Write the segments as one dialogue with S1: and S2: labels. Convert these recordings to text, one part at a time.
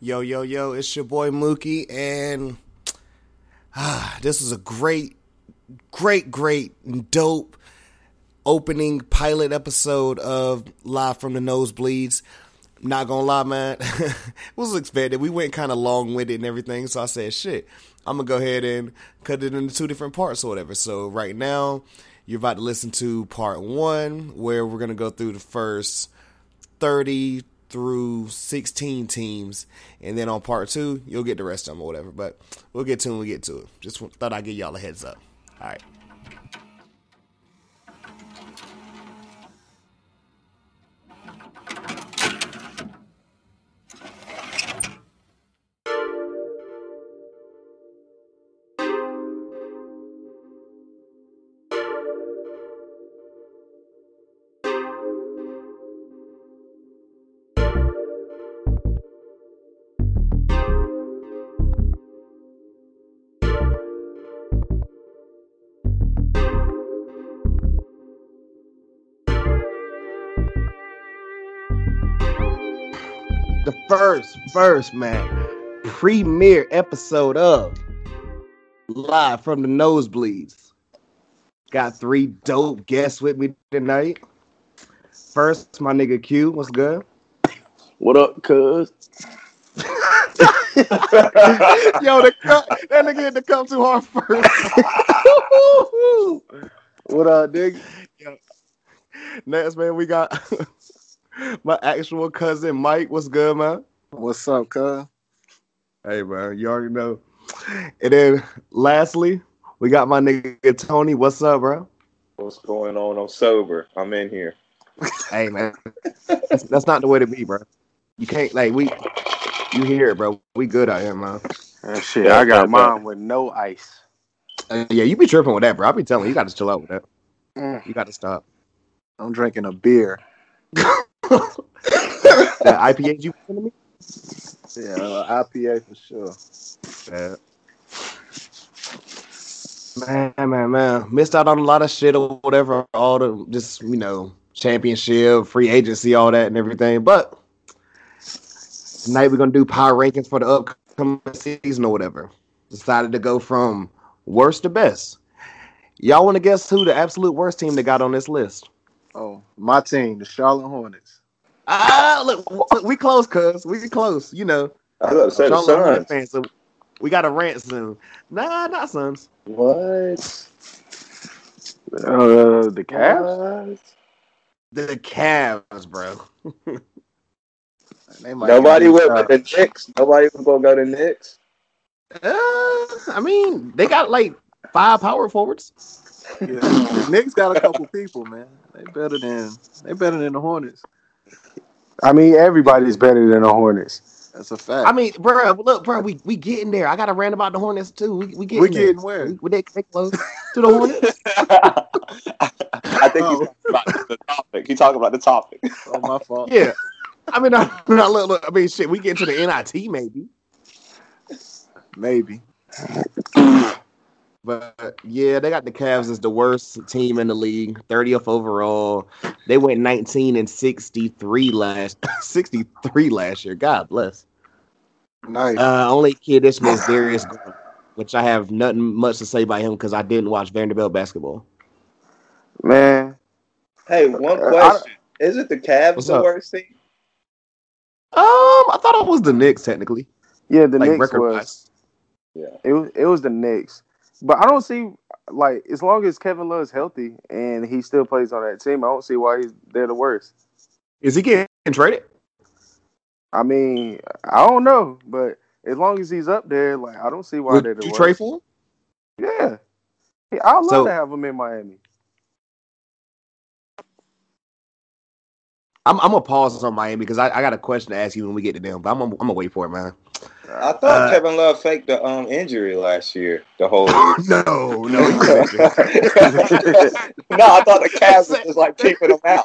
S1: Yo, yo, yo, it's your boy Mookie, and ah, this is a great, great, great, dope opening pilot episode of Live from the Nosebleeds. Not gonna lie, man, it was expected. We went kind of long winded and everything, so I said, shit, I'm gonna go ahead and cut it into two different parts or whatever. So, right now, you're about to listen to part one, where we're gonna go through the first 30 through 16 teams. And then on part two, you'll get the rest of them or whatever. But we'll get to it when we get to it. Just thought I'd give y'all a heads up. All right. The first, first, man, premiere episode of Live from the Nosebleeds. Got three dope guests with me tonight. First, my nigga Q, what's good?
S2: What up, cuz?
S1: Yo, the cup, that nigga hit the cup too hard first.
S2: what up, nigga?
S1: Next, man, we got my actual cousin Mike. What's good, man?
S2: What's up, cuz?
S1: Hey, man, you already know. And then lastly, we got my nigga Tony. What's up, bro?
S3: What's going on? I'm sober. I'm in here.
S1: Hey, man, that's, that's not the way to be, bro. You can't like we. You hear it, bro? We good out here, man.
S2: And shit, I got mine with no ice.
S1: Uh, yeah, you be tripping with that, bro. I be telling you, you got to chill out with that.
S2: Mm,
S1: You got to stop.
S2: I'm drinking a beer.
S1: The IPAs you sending me?
S2: Yeah, uh, IPA for sure.
S1: Yeah. Man, man, man. Missed out on a lot of shit or whatever. All the just, you know, championship, free agency, all that and everything. But tonight we're gonna do power rankings for the upcoming season or whatever. Decided to go from worst to best. Y'all wanna guess who the absolute worst team that got on this list?
S2: Oh, my team, the Charlotte Hornets.
S1: Ah, look, look, we close, cuz. We close, you know.
S3: I was about to say the
S1: Charlotte Hornets fans,
S3: Suns.
S1: so we got a rant soon. Nah, not Suns.
S3: What?
S2: Uh, the Cavs?
S3: What?
S1: The Cavs, bro.
S2: They might
S3: Nobody
S2: get
S3: went
S2: shot.
S3: with the Knicks. Nobody was gonna go to Knicks.
S1: Uh, I mean, they got like five power forwards.
S2: Yeah, the Knicks got a couple people, man. They better than they better than the Hornets.
S4: I mean, everybody's better than the Hornets.
S2: That's a fact.
S1: I mean, bro, look, bro, we we getting there. I got to rant about the Hornets too. We we getting
S2: we're
S1: there.
S2: getting where?
S1: We, they, they close to the Hornets.
S3: I think
S2: Oh.
S3: he's talking about the topic. He's talking about the topic.
S2: Oh, my fault.
S1: Yeah, I mean, I, I look, look, I mean, shit, we get to the NIT maybe,
S2: Maybe.
S1: but yeah, they got the Cavs as the worst team in the league, thirtieth overall. They went nineteen and sixty three last sixty three last year. God bless.
S4: Nice.
S1: Uh, only kid this was Darius, Garland, which I have nothing much to say about him because I didn't watch Vanderbilt basketball.
S4: Man,
S3: Hey, one
S4: Uh, I-
S3: question: Is it the Cavs
S1: What's
S3: the
S1: up?
S3: worst team?
S1: Um, I thought it was the Knicks technically,
S4: yeah, the
S1: like
S4: Knicks
S1: record
S4: was
S1: wise.
S4: it was it was the Knicks. But I don't see like as long as Kevin Love's healthy and he still plays on that team, I don't see why he's they're the worst.
S1: Is he getting traded?
S4: I mean, I don't know, but as long as he's up there, like I don't see why they're
S1: Would
S4: the
S1: you
S4: worst.
S1: trade for him?
S4: Yeah. Yeah, I'd love
S1: So-
S4: to have him in Miami.
S1: I'm, I'm gonna pause this on Miami because I, I got a question to ask you when we get to them. But I'm gonna, I'm gonna wait for it, man.
S3: I thought
S1: Uh,
S3: Kevin Love faked the um injury last year. The whole year.
S1: no,
S3: no,
S1: no, he couldn't.
S3: I thought the Cavs was just like keeping him out.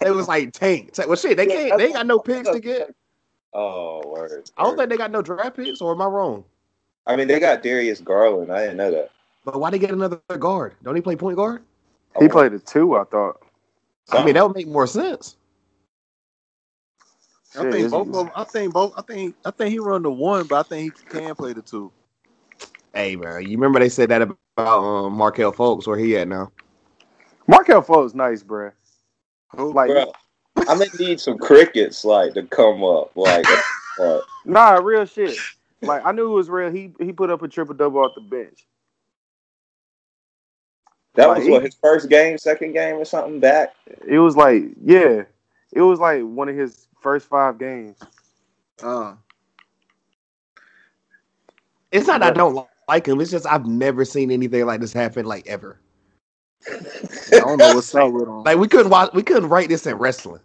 S1: it was like tank. It's like, well, shit, they can't. They ain't got no picks to get.
S3: Oh, word.
S1: I don't think they got no draft picks, or am I wrong?
S3: I mean, they got Darius Garland. I didn't know that.
S1: But why they get another guard? Don't he play point guard? Oh.
S4: He played a two, I thought.
S1: I mean, that would make more sense.
S2: I think both of them. I think both. I think I think he run the one, but I think he can play the two.
S1: Hey, bro, you remember they said that about um, Markel Folks? Where he at now?
S4: Markel Foles nice, bruh. Like,
S3: Bro, I'm gonna need some crickets like to come up. Like, uh,
S4: nah, real shit. Like, I knew it was real. He he put up a triple double off the bench.
S3: that was what his first game, second game, or something back.
S4: It was like, yeah, it was like one of his first five games.
S2: Uh,
S1: It's not I don't like him. It's just I've never seen anything like this happen, like ever.
S2: I don't know what's up with him.
S1: Like we couldn't watch, we couldn't write this in wrestling.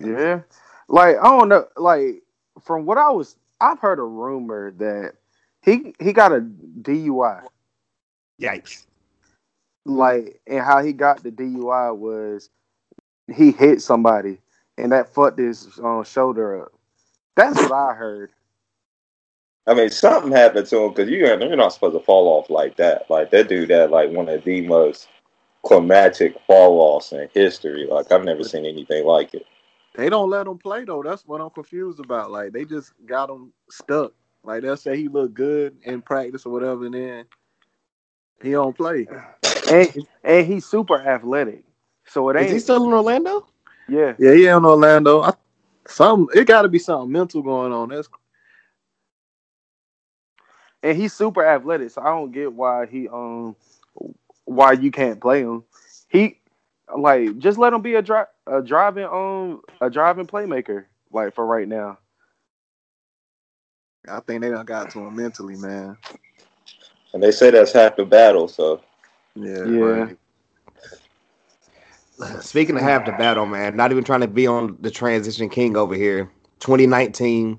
S4: Yeah, like I don't know. Like from what I was, I've heard a rumor that he he got a DUI.
S1: Yikes!
S4: Like, and how he got the DUI was he hit somebody, and that fucked his um, shoulder up. That's what I heard.
S3: I mean, something happened to him because you you're not supposed to fall off like that. Like that dude had like one of the most climatic fall offs in history. Like I've never seen anything like it.
S2: They don't let him play though. That's what I'm confused about. Like they just got him stuck. Like they'll say he looked good in practice or whatever, and then he don't play.
S4: and and he's super athletic. So it ain't.
S1: Is he still in Orlando?
S4: yeah,
S2: Yeah, he in Orlando. I, some it got to be something mental going on. That's
S4: and he's super athletic. So I don't get why he um why you can't play him. He like just let him be a dri- a driving um a driving playmaker like for right now.
S2: I think they done got to him mentally, man.
S3: And they say that's half the battle. So
S2: Yeah,
S4: Yeah.
S2: right.
S1: Speaking of half the battle, man, not even trying to be on the transition king over here. 2019,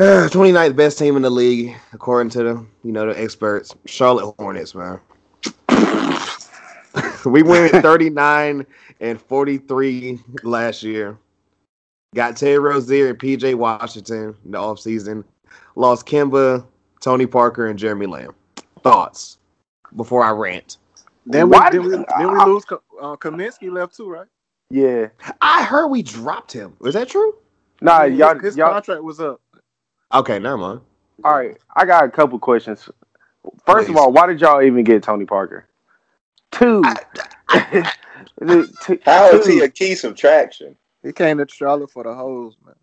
S1: uh, 29th best team in the league according to the you know the experts. Charlotte Hornets, man. we went 39 and 43 last year. Got Terry Rozier and PJ Washington in the offseason. Lost Kimba, Tony Parker, and Jeremy Lamb. Thoughts before I rant.
S2: Then we,
S4: Why
S2: then we
S4: did-
S2: then we lose. Ka- Uh, Kaminsky left too, right?
S4: Yeah,
S1: I heard we dropped him. Is that true?
S4: nah,
S2: His-
S4: Ah, y'all,
S2: his
S4: y'all.
S2: contract was up.
S1: Okay, never mind.
S4: All right, I got a couple questions. First of
S1: Please.
S4: all, why did y'all even get Tony Parker? Two. Two- two-
S3: how is he a key subtraction?
S2: He came to Charlotte for the hoes, man.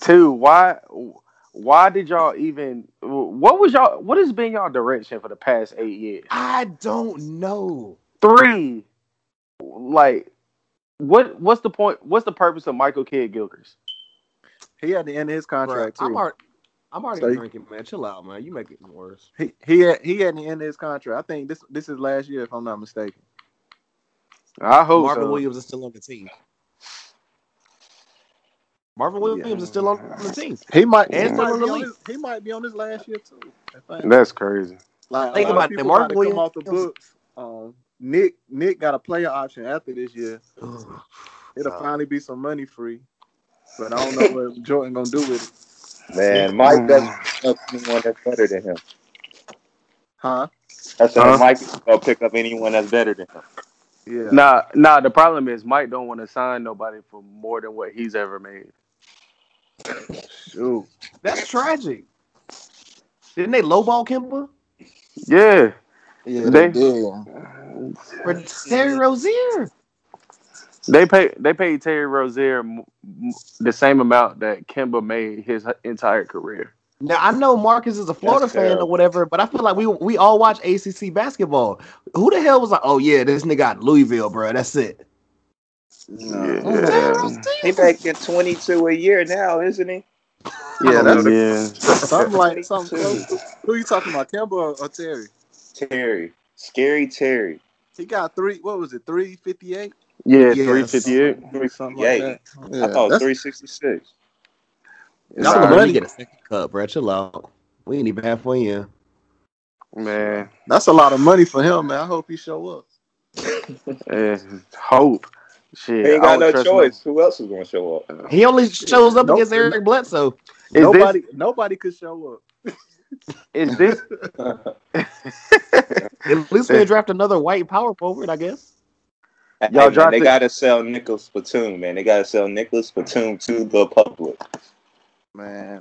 S4: Two, why why did y'all even what was y'all what has been y'all direction for the past eight years?
S1: I don't know.
S4: Three, like what what's the point what's the purpose of Michael Kidd Gilchrist?
S2: He had the end of his contract
S1: Bruh, I'm
S2: too.
S1: already, I'm already
S2: So you-
S1: drinking, man. Chill out, man. You make it worse.
S2: he he had, he had the end of his contract. I think this this is last year, if I'm not mistaken.
S4: I hope
S1: Marvin
S4: so.
S1: Williams is still on the team. Marvin Williams is still on the team.
S2: He might
S1: And
S2: he
S1: still
S2: might,
S1: in the
S2: be on
S1: league.
S2: his, he might be on his last year too. I think.
S4: That's crazy.
S2: Like,
S1: Think
S2: a lot
S1: about it,
S2: of people
S1: Mark
S2: about to come
S1: Williams-
S2: off the books. Um, Nick Nick got a player option after this year. It'll
S1: Uh,
S2: finally be some money free. But I don't know what Jordan gonna do with it.
S3: Man, Mike doesn't pick up anyone that's better than him.
S2: Huh?
S3: I said
S4: Huh?
S3: Mike will pick up anyone that's better than him.
S2: Yeah.
S4: Nah nah the problem is Mike don't want to sign nobody for more than what he's ever made.
S2: Shoot.
S1: That's tragic. Didn't they lowball Kimba
S4: Yeah.
S2: Yeah,
S4: They-
S2: did.
S1: for Terry Rozier?
S4: They pay they paid Terry Rozier m- m- the same amount that Kimba made his entire career.
S1: Now I know Marcus is a Florida
S3: That's
S1: fan or
S3: terrible.
S1: whatever, but I feel like we we all watch ACC basketball. Who the hell was like, oh yeah, this nigga got Louisville, bro. That's it. Terry Rozier.
S3: He making twenty two a year now, isn't he?
S2: Yeah, that's
S4: Oh, yeah.
S2: something like something close. to- Who you talking about, Kemba or, or Terry?
S3: Terry, scary Terry.
S2: He got three. What was it? Three fifty eight.
S4: Yeah,
S1: Yes.
S4: three fifty eight.
S2: Something
S3: Yeah.
S2: like that. Yeah,
S3: I thought
S2: that's-
S3: three sixty six.
S2: Y'all
S1: Y'all
S2: the
S1: let me
S2: money.
S1: get a second cup, bro. Chill out. We ain't even halfway in.
S4: Man,
S2: That's a lot of money for him, man. I hope he show up.
S4: eh, hope. Shit,
S3: He ain't
S4: I
S3: got
S4: don't
S3: no
S4: trust
S3: choice. Who else is gonna show up?
S1: He only shows up
S2: Nope.
S1: against Eric Bledsoe.
S4: Is
S2: nobody, nobody could show up.
S4: Is this
S1: At least we draft another white power forward, I guess.
S4: Y'all
S3: Y'all man,
S4: dropped
S3: they
S4: it.
S3: gotta sell Nicholas Batum, man. They gotta sell Nicholas Batum to the public.
S2: Man,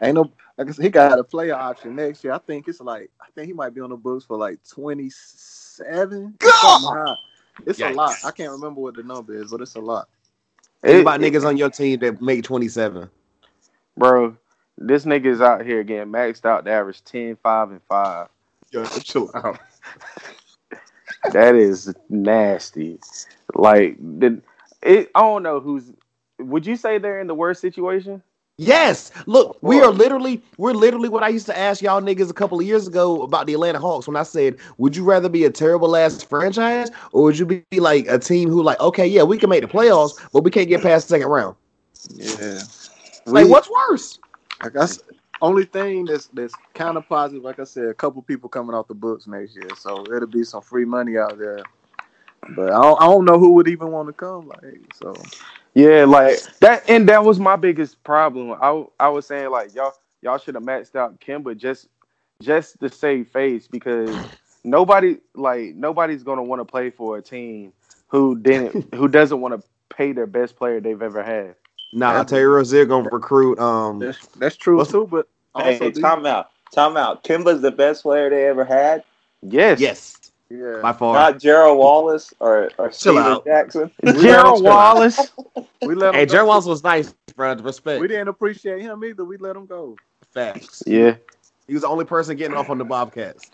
S2: ain't no. Like I said, he got a player option next year. I think it's like I think he might be on the books for like twenty seven. It's a lot.
S1: Yikes.
S2: I can't remember what the number is, but it's a lot.
S1: Think
S4: It-
S1: about
S4: it-
S1: niggas on your team that make twenty seven.
S4: bro. This nigga's out here getting maxed out to average 10, 5, and 5.
S1: Yo, chill
S2: Um,
S1: out.
S4: That is nasty. Like the it I don't know who's would you say they're in the worst situation?
S1: Yes, look, we
S4: What?
S1: are literally we're literally what I used to ask y'all niggas a couple of years ago about the Atlanta Hawks when I said, "Would you rather be a terrible ass franchise or would you be like a team who like, okay, yeah, we can make the playoffs, but we can't get past the second round?"
S2: Yeah.
S1: Like,
S2: We-
S1: what's worse?
S2: Like I s- only thing that's that's kind of positive, like I said, a couple people coming off the books next year, so it'll be some free money out there. But I don't, I don't know who would even want to come. Like so,
S4: Yeah, like that, and that was my biggest problem. I I was saying like y'all y'all should have maxed out Kimba just just to save face because nobody like nobody's gonna want to play for a team who didn't who doesn't want to pay their best player they've ever had.
S1: Nah,
S2: Yeah.
S1: Terry Rozier gonna recruit. Um,
S2: that's that's true
S1: What's-
S2: too. But also,
S3: hey,
S2: these-
S3: time out. Time out. Kimba's the best player they ever had,
S4: Yes,
S1: yes,
S2: yeah,
S1: by far.
S3: not Gerald Wallace or, or
S1: Chill
S3: Steven
S1: out.
S3: Jackson.
S4: Gerald Wallace.
S2: we let
S1: Hey,
S2: him
S1: Jerry
S2: go.
S1: Wallace was nice, bro.
S2: We
S1: Respect,
S2: didn't appreciate him either. We let him go.
S1: facts.
S4: Yeah,
S1: He was the only person getting off on the Bobcats.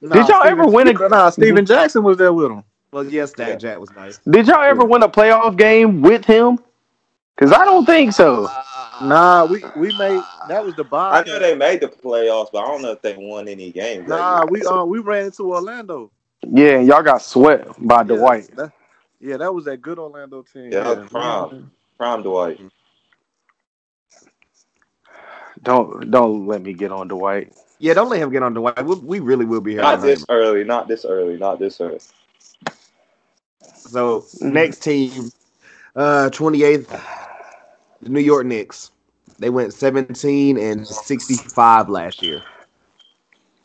S2: Nah,
S4: y'all
S2: Steven-
S4: ever win a-
S2: Nah, Steven Jackson was there with him.
S1: Well, yes, Stack
S3: Yeah.
S1: Jack was nice.
S4: did y'all ever win a playoff game with him? Cause I don't think
S1: Uh,
S4: so.
S2: Nah, we we made that was the
S3: I
S2: Bob.
S3: know they made the playoffs, but I don't know if they won any games. that
S2: Nah,
S3: year.
S2: we uh, we ran into Orlando.
S4: Yeah, and y'all got swept
S2: Yeah,
S4: by Dwight.
S2: that- yeah, that was that good Orlando team.
S3: Yeah, that was prime. Prime Dwight.
S4: Don't don't let me get on Dwight.
S1: Yeah, don't let him get on the way. We, we really will be here.
S3: Not
S1: behind him.
S3: this early. Not this early. Not this early.
S1: So next team, uh, twenty eighth, the New York Knicks. They went seventeen and sixty five last year.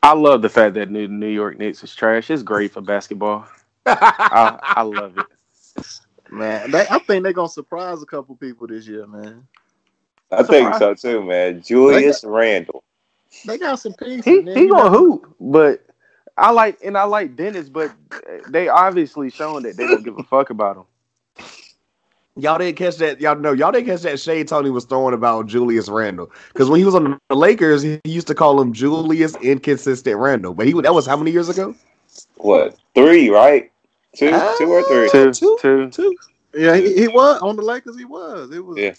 S4: I love the fact that New New York Knicks is trash. It's great for basketball.
S2: Oh,
S4: I, I love it.
S2: Man, they, I think they're gonna surprise a couple people this year, man.
S3: I think so too, man. Julius Randle.
S2: They got some pieces.
S4: He
S2: man.
S4: he
S2: You
S4: gonna
S2: know-
S4: hoop, but I like and I like Dennis, but they obviously showing that they don't give a fuck about him.
S1: y'all didn't catch that. Y'all know. Y'all didn't catch that shade Tony was throwing about Julius Randle because when he was on the Lakers, he used to call him Julius Inconsistent Randle. But he that was how many years ago?
S3: What? Three, right? Two, two or three.
S4: Two
S1: Two?
S4: two.
S1: Two.
S2: Yeah, he, he was on the Lakers. He was. It was.
S3: Yeah.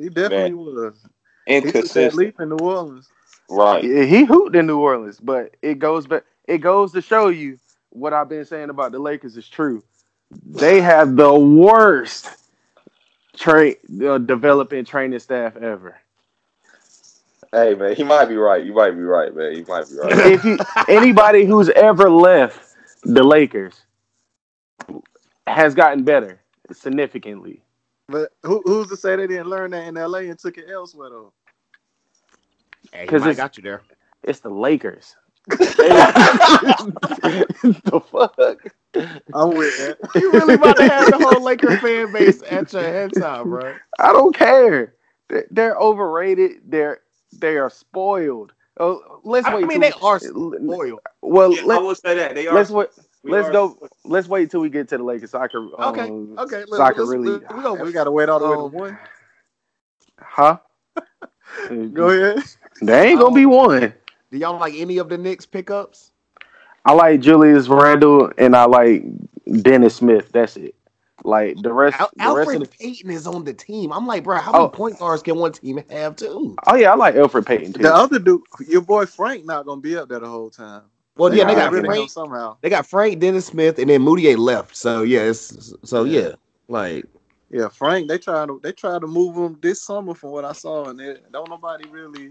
S2: He definitely was. He took that
S3: Inconsistent.
S2: leap in New Orleans.
S3: Right.
S4: Yeah, He hooped in New Orleans, but it goes back. It goes to show you what I've been saying about the Lakers is true. They have the worst train uh, developing training staff ever.
S3: Hey, man. He might be right. You might be right, man. You might be right.
S4: if you, anybody who's ever left the Lakers has gotten better significantly.
S2: But who, who's to say they didn't learn that in L.A. and took it elsewhere though?
S1: Hey, he
S4: 'Cause
S1: might
S4: it's-
S1: got you there.
S4: It's the Lakers. the fuck?
S2: I'm with that.
S1: You really about to have the whole Laker fan base at your head top, bro.
S4: I don't care. They're, they're overrated. They're they are spoiled. Oh, let's
S1: I
S4: wait.
S1: mean,
S4: till-
S1: they are Loyal.
S4: Well,
S3: Yeah, I
S4: let,
S3: will say that. They are.
S4: let's wait.
S3: we
S4: let's
S3: are-
S4: go. Let's wait till we get to the Lakers. So I can. Um,
S1: Okay, okay. Look,
S4: so I can
S1: let's-
S4: really.
S1: we gonna-
S2: And we got to wait all the way to
S1: Um,
S2: one.
S4: Huh?
S2: Go ahead.
S4: There ain't gonna be
S1: Oh.
S4: one.
S1: Do y'all like any of the Knicks pickups?
S4: I like Julius Randle and I like Dennis Smith. That's it. Like the rest,
S1: Al-
S4: the rest of
S1: Alfred
S4: the,
S1: Payton is on the team. I'm like, bro, how many
S4: Oh.
S1: point guards can one team have too?
S4: oh yeah, I like Alfred Payton too.
S2: The other dude, your boy Frank, not gonna be up there the whole time.
S1: Well, yeah, they
S4: Nah,
S1: got
S4: really
S2: rid of him
S1: Frank.
S2: somehow.
S1: They got Frank, Dennis Smith, and then Moutier left. So yeah, it's, so yeah.
S2: Yeah.
S1: like
S2: Yeah, Frank. They trying to they trying to move him this summer from what I saw, and it, don't nobody really,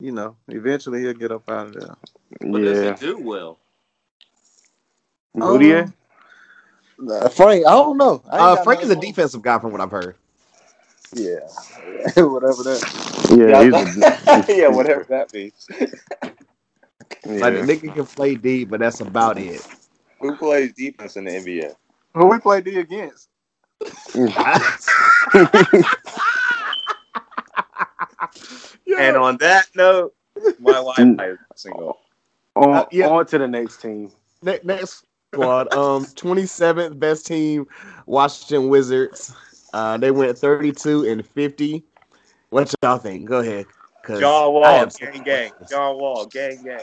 S2: you know. Eventually, he'll get up out of there.
S4: yeah,
S3: do well?
S4: Moutier.
S2: Um, Nah, Uh, Frank, I don't know. I ain't
S1: uh,
S2: got
S1: Frank
S2: no
S1: is a
S2: hope.
S1: defensive guy from what I've heard.
S2: Yeah, whatever that.
S4: yeah,
S3: Yeah,
S4: he's
S3: that- yeah, whatever that means.
S4: yeah.
S1: Like the nigga can play D, but that's about it.
S3: Who plays defense in the NBA?
S2: Who we played D against?
S3: And on that note, my wife
S4: Mm.
S3: is single.
S4: on,
S1: Uh, yeah.
S4: on to the next team.
S1: Ne- next squad, um, 27th best team, Washington Wizards. Uh, they went 32 and 50. What y'all think? Go ahead. 'cause
S3: John
S1: I
S3: Wall,
S1: have-
S3: gang gang. John Wall, gang gang.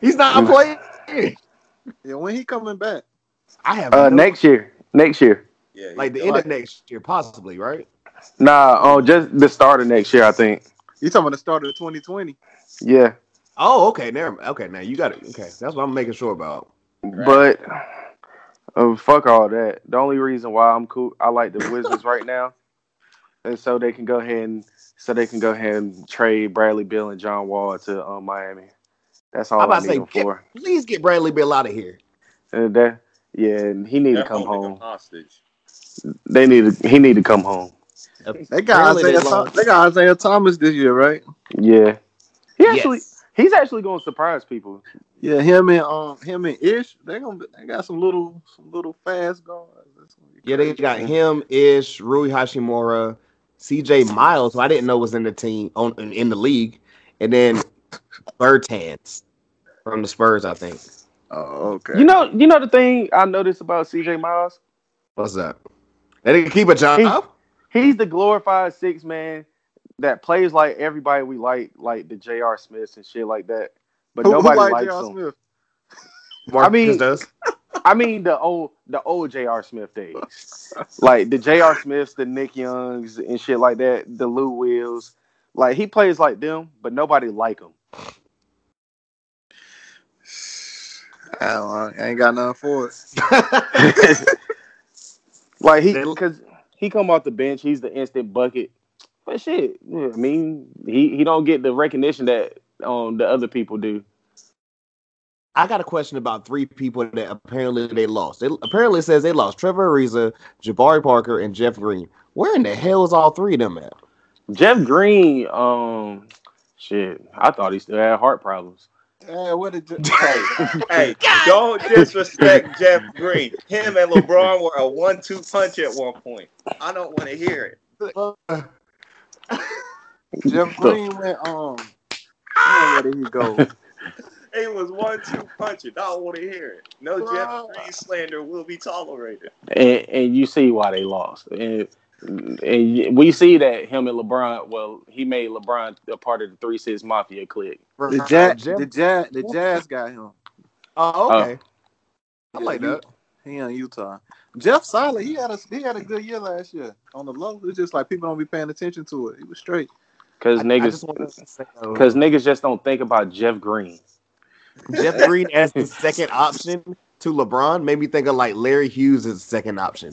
S1: He's not playing.
S2: Yeah, when he coming back?
S1: I have
S4: Uh,
S1: no-
S4: next year. Next year.
S3: Yeah,
S1: like the
S2: yeah,
S1: end
S2: like-
S1: of next year, possibly, right?
S4: Nah, oh, just the start of next year, I think.
S2: You talking about the start of 2020?
S4: Yeah.
S1: Oh, okay. Never. mind. Okay, now you got it. Okay, that's what I'm making sure about.
S4: But uh, fuck all that. The only reason why I'm cool, I like the Wizards right now, and so they can go ahead and so they can go ahead and trade Bradley Bill and John Wall to um, Miami. That's all
S1: I'm
S4: I'm
S1: about to
S4: need
S1: say,
S4: him
S1: get-
S4: for.
S1: Please get Bradley Bill out of here.
S4: And that, yeah, and he need to come home.
S3: Hostage.
S4: They need to, he need to come home.
S2: They got
S1: Apparently they
S2: Isaiah. Tho-
S1: lost.
S2: They got Isaiah Thomas this year, right?
S4: Yeah, he actually
S1: Yes.
S4: he's actually going to surprise people.
S2: Yeah, him and um, him and Ish. They gonna be, they got some little some little fast guards. That's gonna be
S1: Yeah, they
S2: crazy.
S1: got him, Ish, Rui Hashimura, C.J. Miles, who I didn't know was in the team on in, in the league, and then Bertans from the Spurs. I think.
S2: Oh, okay.
S4: You know, you know the thing I noticed about C.J. Miles,
S1: What's up? They didn't keep a job.
S4: He- he's the glorified six man that plays like everybody we like, like the J.R. Smiths and shit like that. But
S2: who, who
S4: nobody
S2: like
S4: likes
S2: J.R.
S4: him.
S2: Smith?
S1: Marcus
S4: I mean-
S1: does.
S4: I mean the old the old J.R. Smith days, like the J.R. Smiths, the Nick Youngs and shit like that, the Lou Wills. Like he plays like them, but nobody like him.
S2: I, don't know. I ain't got nothing for it.
S4: Like he
S1: They-
S4: because he come off the bench, he's the instant bucket. But shit, yeah, I mean he he don't get the recognition that um the other people do.
S1: I got a question about three people that apparently they lost. They apparently it says they lost Trevor Ariza, Jabari Parker, and Jeff Green. Where in the hell is all three of them at?
S4: Jeff Green, um, shit, I thought he still had heart problems.
S2: Yeah, what did you,
S3: Hey, hey, don't disrespect Jeff Green. Him and LeBron were a one-two punch at one point. I don't want to hear it.
S2: Jeff
S4: The-
S2: Green went um. man, where did he go?
S3: It was one-two punching. I don't want to hear it. No
S1: Bruh.
S3: Jeff Green slander will be tolerated.
S4: and, and you see why they lost. And, and we see that him and LeBron, well, he made LeBron a part of the three six mafia clique.
S2: The
S1: Uh,
S2: jazz,
S1: Jeff-
S2: the jazz, the jazz got him.
S1: Oh, okay. I like
S2: Yeah,
S1: that.
S2: He on Utah. Jeff Seiler, he had a he had a good year last year on the low. It's just like people don't be paying attention to it. He was straight.
S4: Because
S1: I- I just wanted
S4: niggas,
S1: to say, uh,
S4: because niggas just don't think about Jeff Green.
S1: Jeff Green as the second option to LeBron made me think of like Larry Hughes as the second option.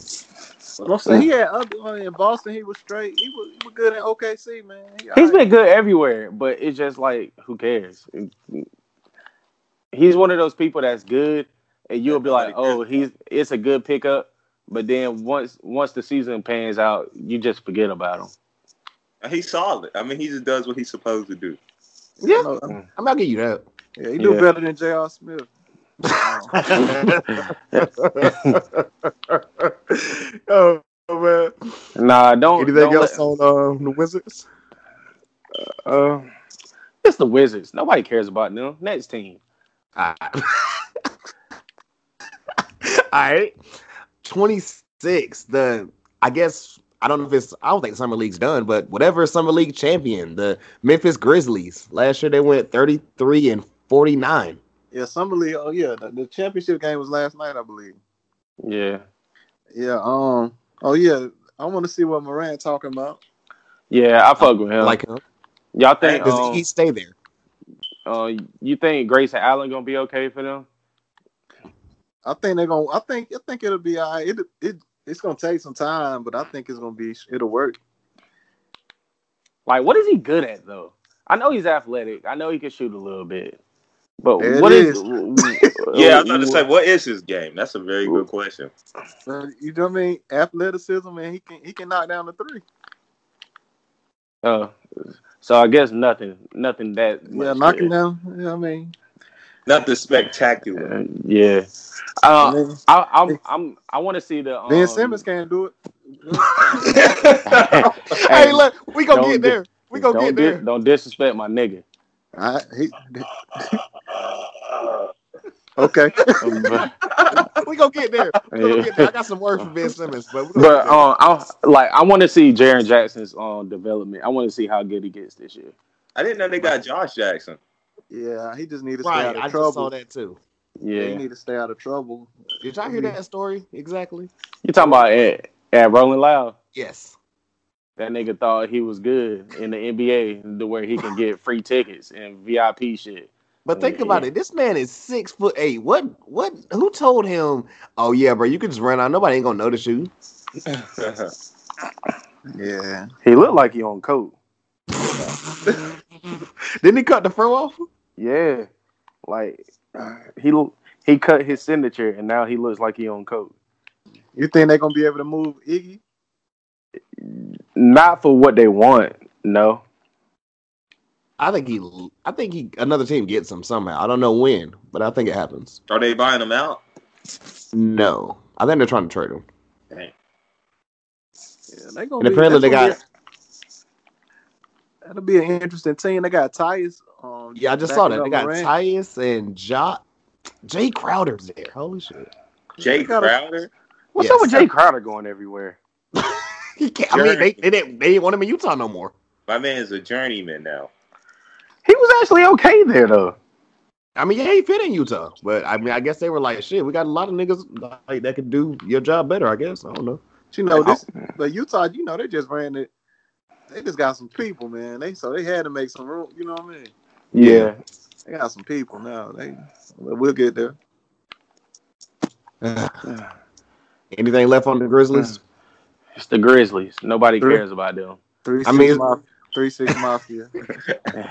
S2: But I'm saying he had other I mean, in Boston. He was straight. He was, he was good in OKC, man. He
S4: He's
S2: alright.
S4: been good everywhere, but it's just like, who cares? He's one of those people that's good, and you'll be like, oh, he's it's a good pickup. But then once once the season pans out, you just forget about him.
S3: He's solid. I mean, he just does what he's supposed to do.
S1: Yeah,
S2: No,
S1: I'm not giving you that.
S2: yeah, he do
S4: Yeah.
S2: better than J.R. Smith. Um,
S1: oh, man.
S4: Nah, don't.
S1: Anything
S4: don't
S1: else
S4: let-
S1: on um, the Wizards?
S4: Uh, it's the Wizards. Nobody cares about them. Next team.
S1: All right. 26, the, I guess, I don't know if it's, I don't think Summer League's done, but whatever Summer League champion, the Memphis Grizzlies. Last year they went 33 and 49.
S2: Yeah, summer league. Oh yeah, the, the championship game was last night, I believe.
S4: Yeah,
S2: Yeah. Um. Oh yeah. I want to see what Moran talking about.
S4: yeah. I fuck with him.
S1: Like him.
S4: y'all think?
S1: Does
S4: Um,
S1: he stay there?
S4: uh, you think Grayson Allen gonna be okay for them?
S2: I think they're gonna. I think. I think it'll be. all right. It. It. It's gonna take some time, but I think it's gonna be. It'll work.
S4: Like, what is he good at though? I know he's athletic. I know he can shoot a little bit. But
S2: There it
S4: what is?
S2: is.
S3: Yeah, I'm about to say, what is his game? That's a very good question.
S2: Uh, you know what I mean? Athleticism, and he can he can knock down the three.
S4: Uh, so I guess nothing. Nothing that.
S2: yeah,
S4: much
S2: knock him
S4: good.
S2: down. Yeah, I mean,
S3: Not the spectacular.
S4: Uh, yeah.
S2: I
S4: Uh,
S2: mean,
S4: I, I'm, I'm, I want to see the. Um,
S2: Ben Simmons can't do it.
S4: hey,
S2: hey, look, we gonna
S4: don't
S2: get
S4: di-
S2: there. We gonna
S4: don't
S2: get
S4: di-
S2: there.
S4: don't disrespect my nigga.
S2: I, he, okay,
S1: Um,
S2: we gonna get there. We gonna get there. I got some words for Ben Simmons, but we gonna
S4: But
S2: get there.
S4: um, I like I want to see Jaron Jackson's um development. I want to see how good he gets this year.
S3: I didn't know they got Josh Jackson.
S2: yeah, he just need to stay
S1: Right,
S2: out of
S1: I just saw
S2: trouble.
S1: that too.
S2: He
S4: Yeah,
S2: need to stay out of trouble.
S1: Did y'all hear that story exactly?
S4: you talking about at at Rolling Loud?
S1: Yes.
S4: That nigga thought he was good in the NBA, to where he can get free tickets and VIP shit.
S1: But think about it. This man is six foot eight. What? What? Who told him? Oh yeah, bro, you can just run out. Nobody ain't gonna notice you.
S2: Yeah,
S4: He looked like he on coke.
S1: Didn't he cut the fro off?
S4: Yeah, like he lo- he cut his signature, and now he looks like he on coke.
S2: you think they gonna be able to move Iggy?
S4: Not for what they want. No,
S1: I think he. I think he. Another team gets him somehow. I don't know when, but I think it happens.
S3: Are they buying him out?
S1: No, I think they're trying to trade him.
S2: Yeah, they gonna.
S1: And apparently they
S2: that's gonna
S1: got.
S2: be- that'll be an interesting team. They got Tyus. Um,
S1: Yeah, I just
S2: backing
S1: saw that
S2: up
S1: they got
S2: Morant.
S1: Tyus and Ja. Jay Crowder's there. Holy shit!
S3: Jay
S2: Gotta-
S3: Crowder?
S4: what's
S1: Yes.
S4: up with Jay Crowder going everywhere?
S1: He can't, I mean, they they didn't, they didn't want him in Utah no more.
S3: My man's a journeyman now.
S4: He was actually okay there though.
S1: I mean, yeah, he fit in Utah, but I mean, I guess they were like, shit, we got a lot of niggas like that could do your job better. I guess I don't know.
S2: You know this,
S1: Oh,
S2: but Utah. You know they just ran it. They just got some people, man. They so they had to make some room. You know what I mean?
S4: Yeah.
S2: They got some people now. They we'll get there.
S1: Anything left on the Grizzlies?
S4: It's the Grizzlies. Nobody
S2: Three.
S4: cares about them.
S2: Three
S1: I
S2: six
S1: mean, it's-
S2: mafia. Three six mafia.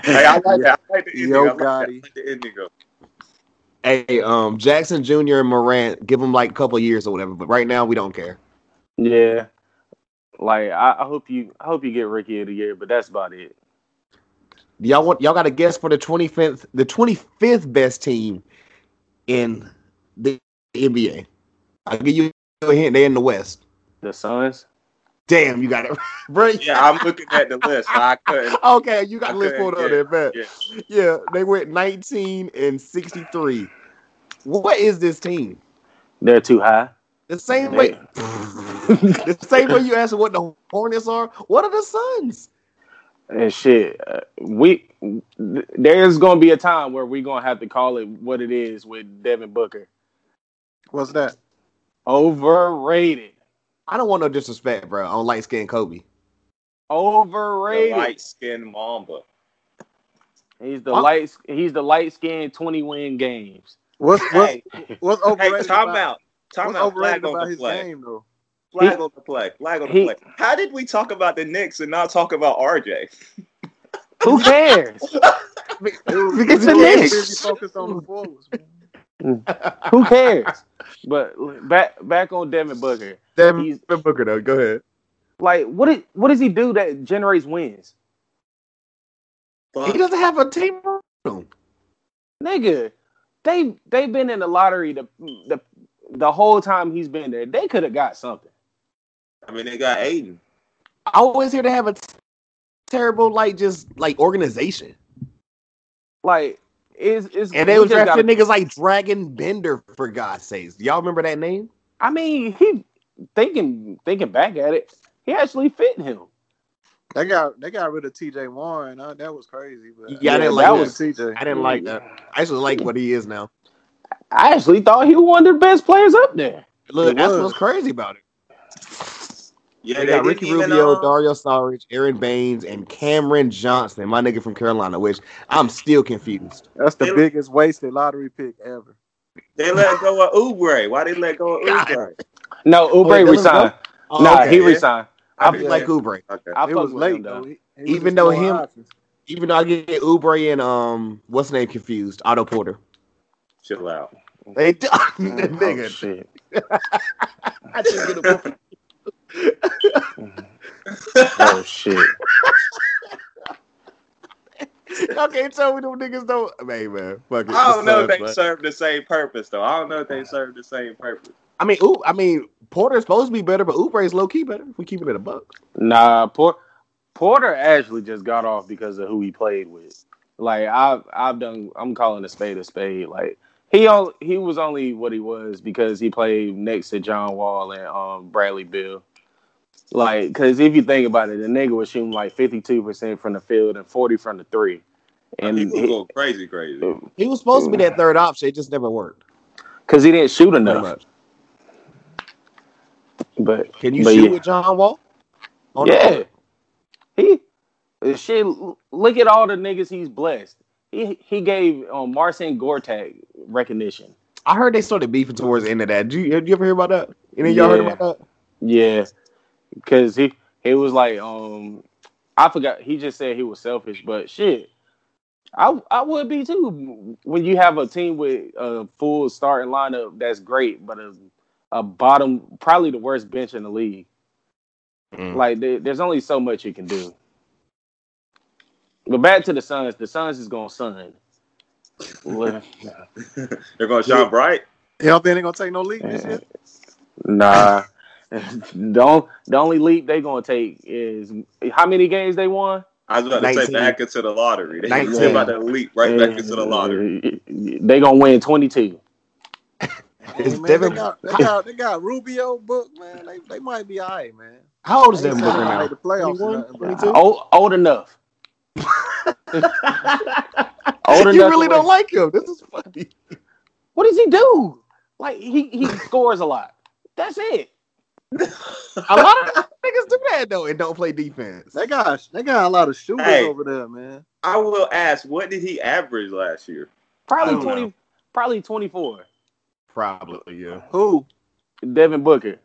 S3: Hey, I like that. I like the
S2: Yo,
S3: indigo. I like, that. I
S2: Gotti.
S3: like the indigo.
S1: Hey, um, Jackson Jr. and Morant, give them like a couple years or whatever. But right now, we don't care.
S4: yeah. Like I, I hope you I hope you get Ricky of the year, but that's about it.
S1: Y'all want y'all got a guess for the twenty fifth, the twenty fifth best team in the NBA. I'll give you a hint. They in the West.
S4: The Suns.
S1: Damn, you got it, bro.
S3: Yeah, I'm looking at the list. I couldn't.
S1: Okay, you got the list
S3: Okay,
S1: pulled up
S3: yeah,
S1: there, man.
S3: yeah.
S1: Yeah. they went 19 and 63. What is this team?
S4: They're too high.
S1: The same way, the same way you asked what the Hornets are. What are the Suns?
S4: and shit. Uh, we th- there's gonna be a time where we're gonna have to call it what it is with Devin Booker.
S2: What's that?
S4: Overrated.
S1: I don't want no disrespect, bro. On light skinned Kobe,
S3: The
S4: Overrated.
S3: light skinned Mamba.
S4: He's the
S1: Huh?
S4: light. He's the light skinned twenty win games.
S2: What's what's
S3: Hey,
S2: what's
S3: hey,
S2: overrated?
S3: time
S2: about,
S3: out. Time
S2: what's
S3: out.
S2: overrated
S3: Flag
S2: about
S3: on the
S2: his
S3: play.
S2: game though?
S3: Flag
S4: He-
S3: on the play. Flag on the
S4: he-
S3: play. How did we talk about the Knicks and not talk about RJ?
S4: Who cares?
S2: It was-
S1: Look at
S2: he
S1: the
S2: was
S1: Knicks.
S2: busy focused on the forwards. man.
S4: Who cares? But back back on Devin Booker.
S1: Devin
S4: He's
S1: Booker though. Go ahead.
S4: like, what? Is, what does he do that generates wins,
S1: He doesn't have a team. room.
S4: nigga? They they've been in the lottery the the the whole time he's been there. They could have got something.
S3: I mean, they got Aiden.
S1: I always hear they have a t- terrible, like just like organization,
S4: Like, is is
S1: and they was drafting niggas like Dragon Bender for God's sakes. Y'all remember that name?
S4: I mean, he thinking thinking back at it, he actually fit him.
S2: They got they got rid of T.J. Warren. Huh? That was crazy. But
S1: Yeah, I
S4: didn't like
S2: that
S4: that.
S2: was T.J.
S1: I didn't like that. I actually like what he is now.
S4: I actually thought he was one of the best players up there.
S1: Look,
S2: It
S1: that's
S2: was.
S1: what's crazy about it.
S3: Yeah,
S1: They got
S3: didn't
S1: Ricky
S3: even,
S1: Rubio,
S3: um,
S1: Dario Saric, Aaron Baines, and Cameron Johnson, my nigga from Carolina, which I'm still confused.
S2: That's the
S3: They-
S2: biggest wasted lottery pick ever.
S3: They let go of Oubre. Why they let go of
S1: God.
S3: Oubre?
S4: No,
S1: Wait,
S4: Oubre
S1: that was
S4: resigned.
S1: Oh,
S4: nah,
S1: okay.
S4: he resigned. I
S1: I like Oubre.
S3: Okay.
S4: I
S2: It
S4: fuck
S2: was
S4: with him
S2: late
S4: though.
S2: though. He- he was
S1: Even
S2: just
S1: though
S2: throwing
S1: him-
S2: options.
S1: Even though I get Oubre and um, what's his name confused? Otto Porter.
S3: Chill out.
S1: They do-
S4: Oh,
S1: nigga.
S4: shit.
S1: I just get a whooping.
S4: Oh shit.
S1: Y'all Y'all can't tell me them niggas don't. Hey, man, fuck it.
S3: I don't
S1: The
S3: know
S1: Suns,
S3: if they
S1: man.
S3: serve the same purpose though. I don't know if they serve the same purpose.
S1: I mean, Oop, I mean, Porter's supposed to be better, but Oubre is low key better. If we keep it at a buck.
S4: Nah, Por- Porter actually just got off because of who he played with. Like I've I've done I'm calling a spade a spade. Like he all he was only what he was because he played next to John Wall and um Bradley Bill. Like, cause if you think about it, the nigga was shooting like fifty two percent from the field and forty from the three. And
S3: People
S4: he-
S3: go crazy, crazy.
S1: He was supposed to be that third option. It just never worked.
S4: cause he didn't shoot
S1: Pretty
S4: enough.
S1: much.
S4: But
S1: Can you
S4: but
S1: shoot
S4: yeah.
S1: with John Wall? Oh, On the
S4: yeah.
S1: court?
S4: He shit. l- Look at all the niggas he's blessed. He he gave um, Marcin Gortag recognition.
S1: I heard they started beefing towards the end of that. Did you, did you ever hear about that? Any of y'all heard
S4: Yeah.
S1: about that?
S4: Yeah, because he he was like um I forgot. He just said he was selfish, but shit. I, I would be too when you have a team with a full starting lineup that's great, but a, a bottom probably the worst bench in the league.
S1: Mm.
S4: Like there, there's only so much you can do. But back to the Suns. The Suns is gonna sun.
S3: They're gonna shine bright.
S2: You don't think they gonna take no lead this year?
S4: Nah. Don't the only leap they gonna take is how many games they won?
S3: I was about to
S1: 19.
S3: say back into the lottery. They- They
S1: Nineteen.
S3: about to leap right back into the lottery.
S4: Eh, They gonna win twenty two.
S1: It's
S2: Hey, man,
S1: Devin-
S2: they got they got they got Rubio book, man. They they might be all right, man.
S1: How old is
S2: They
S1: that
S2: ain't
S1: Booker
S2: saying they
S1: now?
S2: made the playoffs or
S1: 21?
S2: nothing, but-
S1: 22?
S4: Old, old enough. Old
S1: you
S4: enough
S1: really
S4: to
S1: don't
S4: win.
S1: like him. This is funny.
S4: What does he do? Like he he scores a lot. That's it.
S1: A lot of niggas do that though and don't play defense.
S2: They got they got a lot of shooters
S3: Hey.
S2: over there, man.
S3: I will ask, what did he average last year?
S1: I
S4: Probably
S1: don't know.
S4: twenty. Probably twenty four.
S1: Probably, yeah.
S2: Who?
S4: Devin Booker.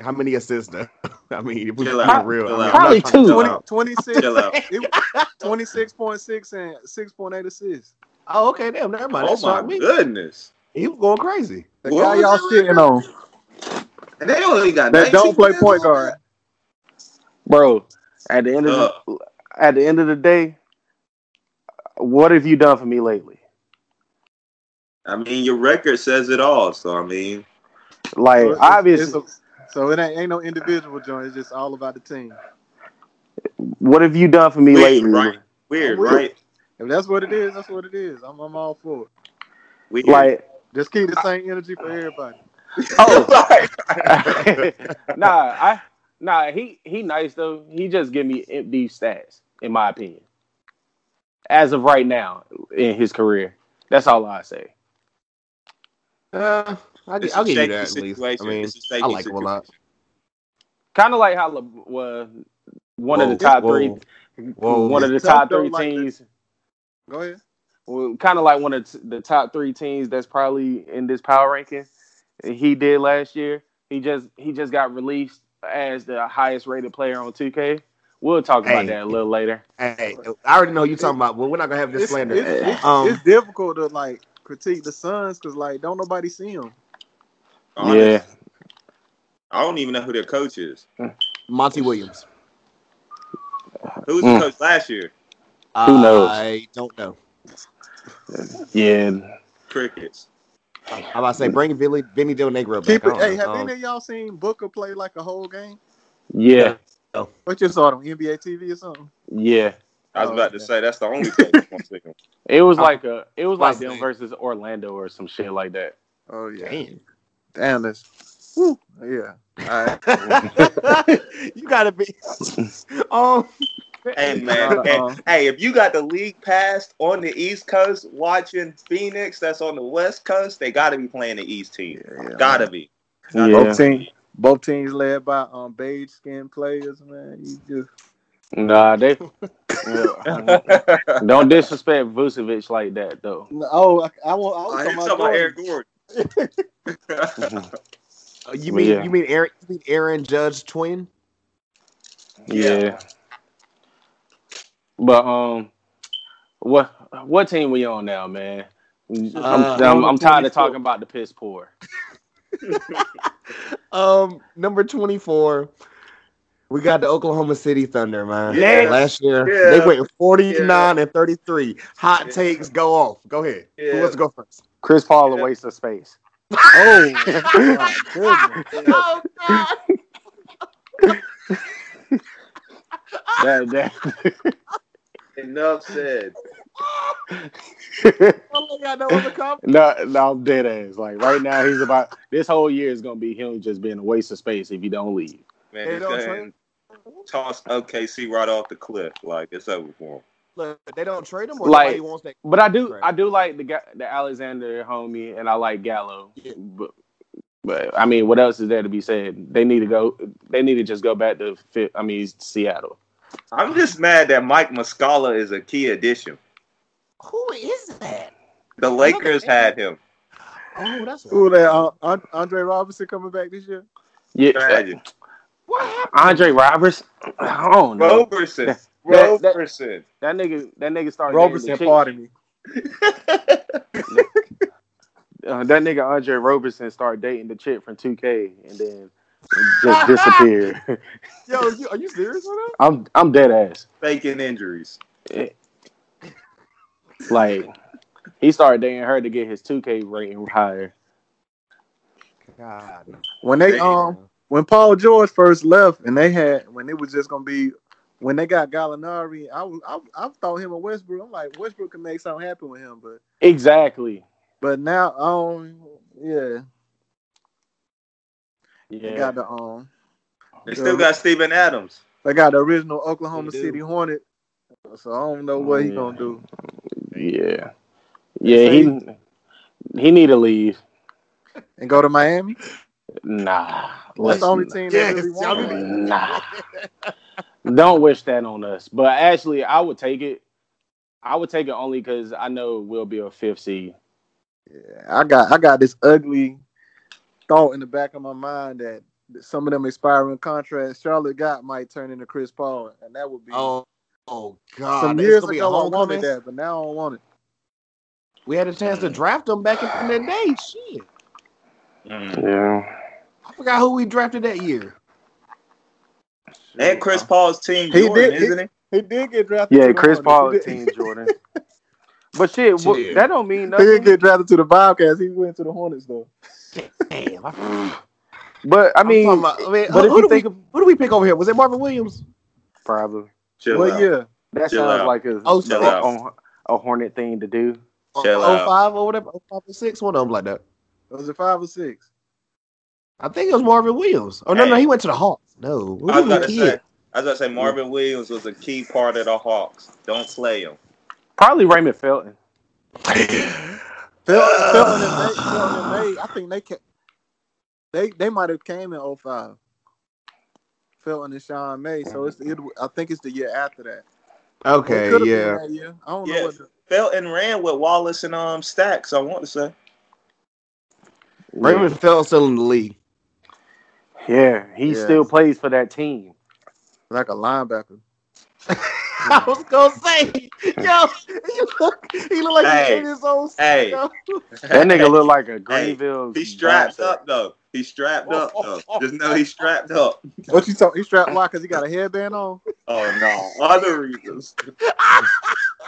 S1: How many assists though? I mean, if we
S3: Chill
S1: being
S4: out,
S1: real,
S3: chill
S1: I mean,
S3: out.
S1: I'm
S4: Probably
S1: not trying to-
S4: two.
S3: Chill
S2: 20,
S3: out.
S2: 26,
S3: Chill out.
S2: 26.6 and 6.8 assists.
S1: Oh, okay, damn, never mind.
S3: Oh
S1: That's
S3: my
S1: not me.
S3: goodness.
S1: He was going crazy.
S2: The
S3: What
S2: guy
S3: was
S2: y'all
S3: the
S2: sitting on
S3: And they only got
S2: that
S3: 19
S2: don't play
S3: players
S2: point
S3: on
S2: guard.
S3: that?
S4: bro. At the end of the, at the end of the day, what have you done for me lately?
S3: I mean, your record says it all. So I mean,
S4: Like
S2: So it's-
S4: obviously,
S2: it's a- so it ain't, ain't no individual joint. It's just all about the team.
S4: what have you done for me
S3: weird,
S4: lately?
S3: right? Weird,
S2: Weird.
S3: right?
S2: If that's what it is, that's what it is. I'm, I'm all for it.
S3: Weird.
S4: Like
S2: Just keep the same energy for everybody.
S4: oh nah, I nah he he nice though. He just give me empty stats in my opinion. As of right now in his career, that's all I say.
S1: Uh, I,
S3: It's
S1: I'll
S3: a
S1: give you that
S3: shaky
S1: at least. I
S3: situation.
S1: mean,
S3: It's a shaky
S1: I like him a lot.
S4: Kind of like how Le- was one of
S1: Whoa,
S4: the top
S1: whoa,
S4: three,
S1: whoa.
S4: one of the
S2: It's tough,
S4: top
S2: though,
S4: three
S2: like that.
S4: teams.
S2: Go ahead.
S4: well, kind of like one of t- the top three teams that's probably in this power ranking. He did last year. He just he just got released as the highest rated player on 2K. We'll talk about
S1: Hey.
S4: that a little later.
S1: Hey, I already know you talking about, but we're not gonna have this
S2: It's,
S1: slander.
S2: it's, it's,
S1: Um,
S2: it's difficult to like critique the Suns because like don't nobody see them.
S3: Honest, I don't even know who their coach is.
S1: Monty Williams.
S3: Who was
S4: Mm.
S3: the coach last year?
S4: Who knows?
S1: I don't know.
S4: yeah,
S3: Crickets.
S1: I'm about to say bring Vinny, Vinny Del Negro back.
S2: Keep
S1: I
S2: it.
S1: don't know.
S2: Hey, have
S1: Um,
S2: any of y'all seen Booker play like a whole game?
S4: yeah,
S2: What you saw it on NBA TV or something?
S4: yeah.
S3: I was
S2: Oh,
S3: about to
S2: okay.
S3: say that's the only coach. I'm thinking.
S4: It was
S1: Uh,
S4: like a it was like
S1: what's
S4: them
S1: that?
S4: versus Orlando or some shit like that.
S2: Oh yeah.
S1: Damn.
S2: Damn this. Woo. Yeah. All right.
S1: Oh, you gotta be. Um,
S3: Hey man, hey,
S2: Uh-uh.
S3: hey, if you got the league passed on the East Coast watching Phoenix, that's on the West Coast, they gotta be playing the East team.
S2: Yeah, yeah,
S3: Gotta be.
S4: Yeah.
S2: Both teams, both teams led by um beige skinned players, man. You just
S4: Nah, they don't disrespect Vucevic like that though.
S2: oh, I, I want. I was
S3: I
S2: talking
S3: hear
S2: about,
S3: something about Aaron
S2: Jordan.
S3: Gordon.
S1: you
S4: But
S1: mean
S4: yeah.
S1: you mean Aaron? You mean Aaron Judge twin?
S3: Yeah.
S4: Yeah. But um, what what team we on now, man? I'm,
S1: Uh,
S4: I'm,
S1: number
S4: I'm tired
S1: 24.
S4: of talking about the piss poor.
S1: Um, number twenty four. We got the Oklahoma City Thunder, man.
S3: Yeah.
S1: Last year
S3: Yeah.
S1: they went 49 and 33. Hot
S3: Yeah.
S1: takes go off. Go ahead. Who
S3: Yeah.
S1: wants to go first?
S4: Chris Paul
S3: Yeah.
S4: a waste of space.
S2: Oh, my goodness.
S1: oh God.
S4: That, that,
S3: Enough said.
S4: no, no, I'm dead ass. Like right now, he's about this whole year is gonna be him just being a waste of space if you don't leave.
S3: Man,
S1: They
S3: just
S1: don't
S3: go ahead
S1: trade-
S3: and toss OKC right off the cliff. Like it's over for him.
S1: Look, they don't trade him or
S4: Like-
S1: nobody wants that.
S4: But I do,
S1: Right.
S4: I do like the guy, the Alexander homie, and I like Gallo.
S1: Yeah.
S4: But, but I mean, what else is there to be said? They need to go. They need to just go back to. Fi- I mean, Seattle.
S3: I'm
S2: Ah.
S3: just mad that Mike Muscala is a key addition.
S1: Who is that?
S3: The Lakers had him.
S1: Oh, that's
S2: Who that? Uh, An- Andre Robinson coming back this year?
S4: Yeah,
S3: Tragic.
S1: what happened.
S4: Andre Roberts. I don't know.
S3: Roberson.
S4: That- that-
S3: Roberson.
S4: That nigga, that nigga started.
S2: Robinson,
S4: getting the
S2: pardon me.
S4: chick, uh, That nigga Andre Roberson started dating the chick from 2K and then just disappeared.
S1: Yo, you, are you serious right
S4: I'm, I'm dead ass.
S3: Faking injuries.
S4: Like he started dating her to get his 2K rating higher.
S1: now? God.
S2: When they um when Paul George first left, and they had when it was just gonna be when they got Gallinari, I was I, I thought him and Westbrook. I'm like Westbrook can make something happen with him, but
S4: Exactly.
S2: but now um yeah,
S4: Yeah.
S2: they got the um
S3: They still got Steven Adams.
S2: they got the original Oklahoma
S1: They do.
S2: City Hornet. So I don't know what he
S4: Yeah.
S2: gonna do.
S4: Yeah. Yeah, he he need to leave.
S2: and go to Miami.
S4: Nah.
S2: That's
S4: Let's-
S2: the only team that
S1: Yes,
S2: really
S1: y'all
S2: won.
S1: need to-
S4: Nah. Don't wish that on us. But actually, I would take it. I would take it only because I know we'll be a fifth seed.
S2: I got I got this ugly thought in the back of my mind that some of them expiring contracts Charlotte got might turn into Chris Paul, and that would be
S1: Oh, oh God.
S2: some
S1: It's
S2: years
S1: gonna be
S2: ago.
S1: a
S2: I
S1: homecoming.
S2: wanted that, but now I don't want it.
S1: We had a chance to draft him back in the day. Shit.
S3: Mm,
S4: Yeah.
S1: I forgot who we drafted that year.
S3: And Chris Paul's team
S2: He
S3: Jordan,
S2: did- he-
S3: isn't he?
S2: He did get drafted.
S4: Yeah,
S2: to the
S4: Chris Paul
S2: Hornets. He did-
S4: team Jordan. But shit, wha-
S1: Shit.
S4: that don't mean
S2: He did
S4: nothing.
S2: get drafted to the Bobcats. He went to the Hornets though.
S1: Damn. I,
S4: But I
S1: I mean,
S4: mean,
S1: I'm talking about, I mean
S4: but
S1: who,
S4: if
S1: who
S4: you
S1: do
S4: think
S1: we,
S4: of
S1: who do we pick over here? Was it Marvin Williams?
S4: probably
S3: Chill
S2: what
S3: out.
S2: year?
S4: that
S3: Chill
S4: sounds
S3: out.
S4: like a,
S1: Oh,
S3: Chill
S4: a-
S3: out.
S4: a- a hornet thing to do.
S1: Oh
S3: Chill
S1: five
S3: out.
S1: 05 or whatever? 05 or 6? One of them like that.
S2: Was it five or six?
S1: I think it was Marvin Williams. Oh, no, no.
S3: Hey.
S1: He went to the Hawks. No.
S3: I was
S1: Who
S3: about
S1: the
S3: to say.
S1: kid?
S3: I was about to say Marvin Williams was a key part of the Hawks. Don't slay him.
S4: Probably Raymond Felton.
S2: Felton, Felton and May, Felton and May, I think they ca- they they might have came in 05. Felton and Sean May, so it's it, I think it's the year after that. It
S1: Okay,
S2: could've been
S1: yeah.
S2: that year. I don't
S3: Yeah.
S2: know what. The,
S3: Felton ran with Wallace and um Stacks. I want to say.
S1: Raymond Felt's still in the league.
S4: Yeah, he
S2: Yeah.
S4: still plays for that team.
S2: like a linebacker.
S1: I was gonna say, yo, he look, he look like
S3: Hey.
S1: he in his own.
S3: Hey.
S1: Yo.
S4: That nigga look like a Greenville.
S3: He strapped
S4: boxer.
S3: up though. He strapped up though. Just know he strapped up.
S2: What you talking? He strapped why? Cause he got a headband on.
S3: Oh no, other reasons.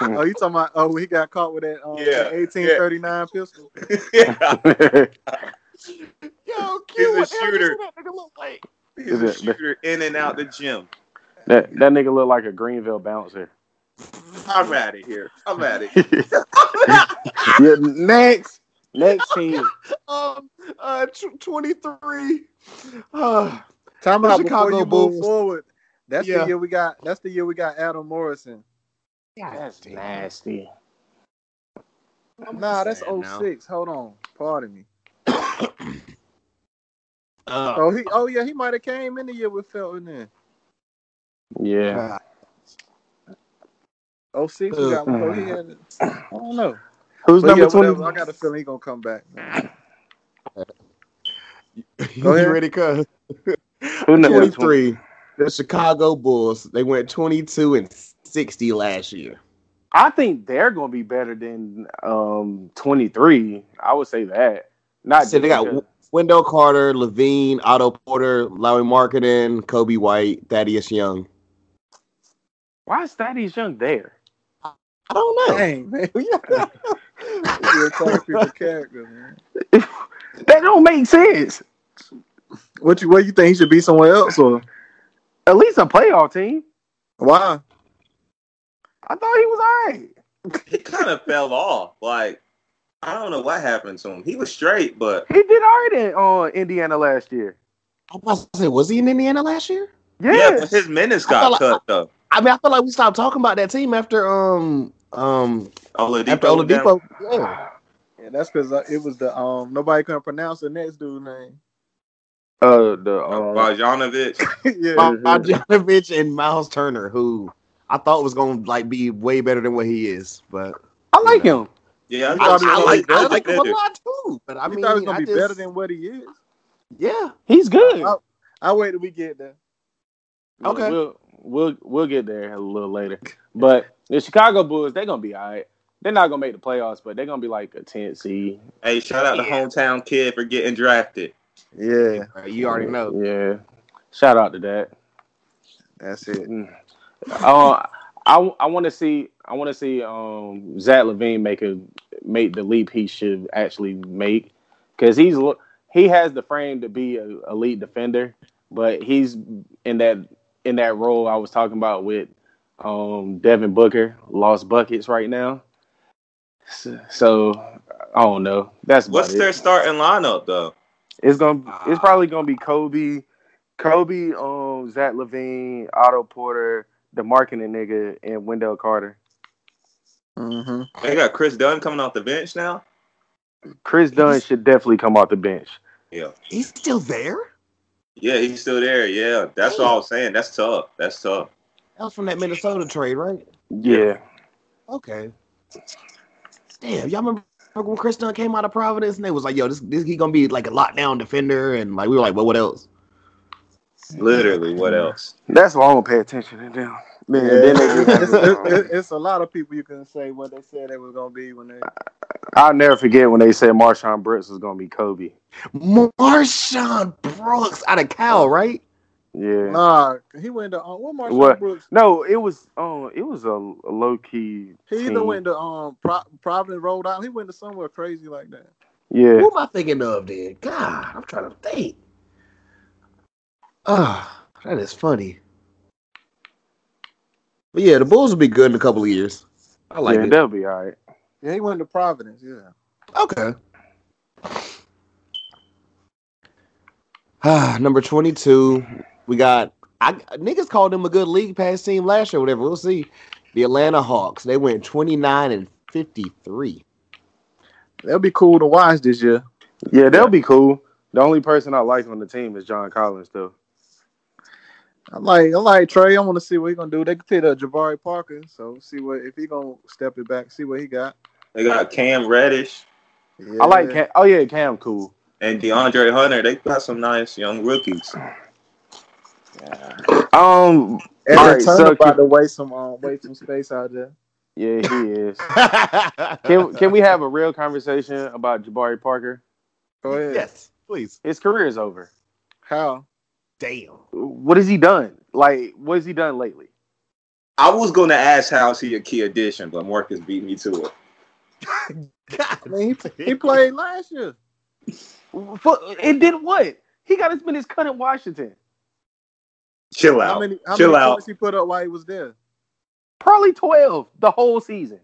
S2: Oh, you talking about? Oh, he got caught with that. Um,
S3: Yeah,
S2: eighteen thirty nine pistol.
S3: yeah,
S1: yo,
S3: He's
S1: Q,
S3: a
S1: what the hell
S3: shooter.
S1: does that nigga look like?
S3: he's a shooter in and out the gym.
S4: that that nigga look like a Greenville bouncer.
S3: I'm out of here. I'm out of here.
S4: Yeah, next, next team.
S1: Um, uh, tw- twenty three. Uh,
S2: Time
S1: The
S2: out before
S1: Chicago
S2: you
S1: Bulls.
S2: move forward. That's
S1: Yeah.
S2: the year we got. That's the year we got Adam Morrison.
S4: That's nasty.
S2: Nah, that's
S1: saying now.
S2: 06. Hold on, pardon me.
S1: Uh,
S2: Oh, he. Oh yeah, he might have came in the year with Felton. Then
S4: Yeah,
S2: 06, we got. So he had. I don't know.
S4: who's
S2: But yeah,
S4: number
S2: whatever.
S4: twenty?
S2: I got a feeling he gonna come back.
S1: you
S2: Go ahead.
S1: ready, cuz?
S4: Who number
S1: Twenty three. The Chicago Bulls. They went twenty two and sixty last year.
S4: I think they're gonna be better than um twenty three. I would say that. Not
S1: So they
S4: just
S1: got
S4: because-
S1: Wendell Carter, Levine, Otto Porter, Larry Marketing, Kobe White, Thaddeus Young.
S4: Why is Thaddeus Young there?
S1: I don't know.
S2: Dang, man. You're talking people character, man.
S4: That don't make sense.
S2: What you what you think he should be somewhere else or
S4: At least a playoff team.
S2: why?
S4: I thought he was all right.
S3: He kind of fell off. Like I don't know what happened to him. He was straight, but
S4: He did all right in uh, Indiana last year.
S1: I was about to say, was he in Indiana last year?
S3: yeah,
S4: Yeah.
S3: but his minutes
S1: I felt
S3: got
S1: like-
S3: cut though.
S1: I mean, I feel like we stopped talking about that team after um um
S3: Oladipo
S1: after
S3: was down.
S1: Oladipo. Yeah.
S2: Yeah, that's because it was the um nobody couldn't pronounce the next dude name.
S4: Uh, the uh,
S3: Bogdanovich.
S2: yeah,
S4: Mhm.
S1: Bogdanovich and Miles Turner, who I thought was gonna like be way better than what he is, but
S4: I like him.
S3: Yeah, I,
S1: I,
S3: thought he
S1: I
S3: was
S1: like I
S3: gonna be
S1: like him a
S3: better.
S1: lot too. But I
S2: you
S1: mean,
S2: thought it was gonna
S1: I
S2: be
S1: just-
S2: better than what he is.
S1: yeah.
S4: He's good.
S2: I- I wait till we get there.
S1: Okay.
S4: We'll, we'll we'll get there a little later. But the Chicago Bulls, they're gonna be all right. They're not gonna make the playoffs, but they're gonna be like a 10 seed.
S3: Hey, shout out
S1: Yeah.
S3: the hometown kid for getting drafted.
S2: Yeah,
S1: You already know.
S4: Yeah. Shout out to that.
S2: that's it.
S4: uh, I I want to see I want to see um, Zach Levine make a make the leap he should actually make because he's lo- he has the frame to be a elite defender, but he's in that in that role I was talking about with um, Devin Booker lost buckets right now. So, so, I don't know. That's about
S3: What's
S4: it.
S3: their starting lineup though?
S4: It's gonna. It's probably gonna be Kobe, Kobe, um, Zach Levine, Otto Porter, the marketing nigga, and Wendell Carter.
S2: Mm-hmm.
S3: They got Chris Dunn coming off the bench now.
S4: Chris Dunn should definitely come off the bench.
S3: Yeah,
S1: He's still there.
S3: yeah, he's still there. Yeah, that's what I was saying. That's tough. That's tough.
S1: That was from that Minnesota trade, right?
S4: Yeah,
S1: Okay. Damn, y'all remember when Chris Dunn came out of Providence and they was like, "Yo, this, this he gonna be like a lockdown defender," and like we were like, "Well, what else?"
S3: Literally, what else?
S4: that's why I don't pay attention to them. Man,
S2: Yeah.
S4: then they get-
S2: it's, it's- it's- it's a lot of people you can say what they said they was gonna be when they.
S4: I'll never forget when they said Marshawn Brooks was gonna be Kobe.
S1: Marshawn Brooks out of Cal, right?
S4: Yeah.
S2: Nah, he went to um, what Marshall
S4: What?
S2: Brooks.
S4: No, it was um, it was a, low key.
S2: He either went to um Pro- Providence, Rhode Island. He went to somewhere crazy like that.
S4: Yeah,
S1: Who am I thinking of then? God, I'm trying to think. Ah, that is funny. But yeah, the Bulls will be good in a couple of years. I like
S4: yeah,
S1: it.
S4: that'll be all right.
S2: Yeah, he went to Providence. Yeah.
S1: Okay. Ah, number twenty-two. We got I niggas called them a good league pass team last year, whatever. We'll see. The Atlanta Hawks. They went twenty-nine and fifty-three.
S2: That'll be cool to watch this year.
S4: Yeah, they'll be cool. The only person I like on the team is John Collins, though.
S2: I like I like Trey. I want to see what he gonna do. They could the Jabari Parker, so see what if he gonna step it back. See what he got.
S3: They got Cam Reddish
S2: Yeah.
S4: I like Cam. Oh yeah, Cam cool.
S3: and DeAndre Hunter. They got some nice young rookies.
S4: Um,
S2: And
S4: All right,
S2: Turner
S4: so
S2: about
S4: can-
S2: to waste some um, waste some space out there.
S4: yeah, he is. Can can we have a real conversation about Jabari Parker?
S2: Go ahead.
S1: yes, please.
S4: His career is over.
S2: How?
S1: Damn.
S4: What has he done? Like, what has he done lately?
S3: I was going to ask how's he a key addition, but Marcus beat me to it.
S1: God.
S2: I mean, he, he played last year.
S4: Fu- It did what? He got as many as cut in Washington.
S3: Chill
S2: How
S3: out.
S2: many how
S3: Chill
S2: many
S3: out.
S2: points he put up while he was there?
S4: Probably twelve the whole season.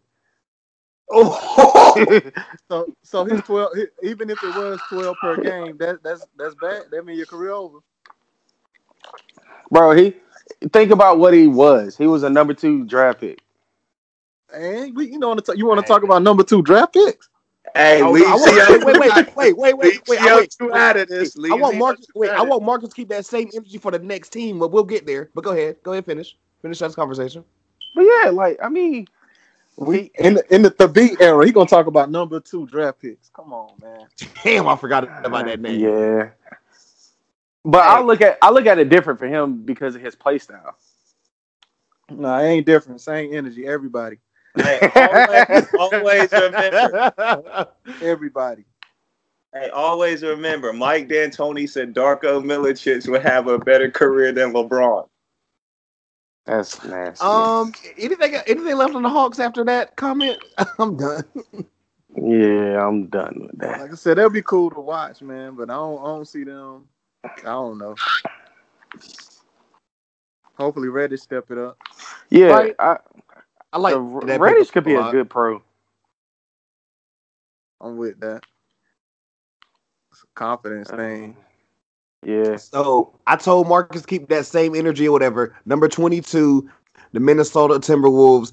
S3: Oh,
S2: So so his twelve he- even if it was twelve per game, that that's that's bad. That means your career over.
S4: Bro, he think about what he was. He was a number two draft pick.
S2: And we, you know, wanna ta- you want to talk about number two draft picks?
S3: hey,
S1: Oh,
S3: leave
S1: no, I
S3: CO.
S1: want- wait, wait, wait, wait, wait, wait, I wait.
S3: CO2 out of this. Leave
S1: I want
S3: CO2
S1: Marcus. Wait,
S3: out
S1: I
S3: of
S1: want Marcus to keep that same energy for the next team, but we'll get there. But go ahead, go ahead, finish, finish that conversation.
S4: But yeah, like I mean,
S2: We in the, in the Thabit era, he gonna talk about number two draft picks. Come on, man.
S1: Damn, I forgot about that name.
S4: Yeah. But I look at I look at it different for him because of his play style.
S2: Nah, it ain't different. Same energy. Everybody,
S3: Hey, always, always remember.
S2: everybody.
S3: Hey, always remember, Mike D'Antoni said Darko Milicic would have a better career than LeBron.
S4: That's nasty.
S1: Um, anything anything left on the Hawks after that comment? I'm done.
S4: yeah, I'm done with that.
S2: Like I said, that'd be cool to watch, man. But I don't, I don't see them. I don't know. Hopefully, Reddish step it up.
S4: Yeah,
S1: Right.
S4: I,
S1: I like
S4: the
S1: that
S4: Reddish
S1: pickup
S4: could be a
S1: lot.
S4: good pro.
S2: I'm with that. It's a confidence
S4: Uh,
S2: thing.
S4: Yeah,
S1: So I told Marcus keep that same energy or whatever. Number twenty two, the Minnesota Timberwolves.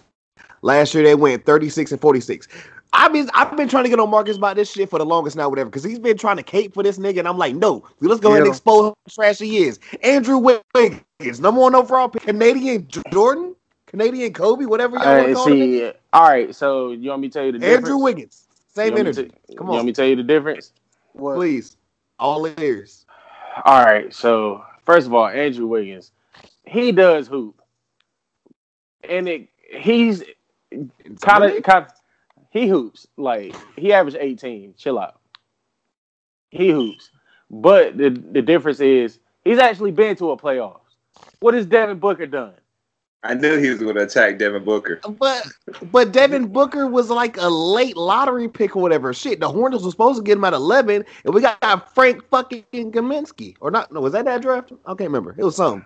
S1: Last year they went thirty six and forty six. I mean, I've been trying to get on Marcus about this shit for the longest now, whatever, because he's been trying to cape for this nigga, and I'm like, no, let's go ahead
S2: Yeah.
S1: and expose how trash he is. Andrew Wiggins, number one overall pick, Canadian Jordan, Canadian Kobe, whatever y'all want
S4: I
S1: to call him.
S4: see. All right, so you want me to tell you the difference?
S1: Andrew Wiggins, same
S4: You want me
S1: energy.
S4: to-
S1: Come
S4: You want
S1: on,
S4: me to tell you the difference?
S2: What?
S1: please, all ears.
S4: All right, so first of all, Andrew Wiggins, he does hoop, and it he's kind of kind of he hoops like he averaged 18 chill out he hoops but the the difference is he's actually been to a playoffs what has devin booker done
S3: I knew he was going to attack Devin Booker.
S1: But but Devin Booker was like a late lottery pick or whatever. Shit, the Hornets was supposed to get him at eleven, and we got Frank fucking Kaminsky or not? No, was that that draft? I can't remember. It was some.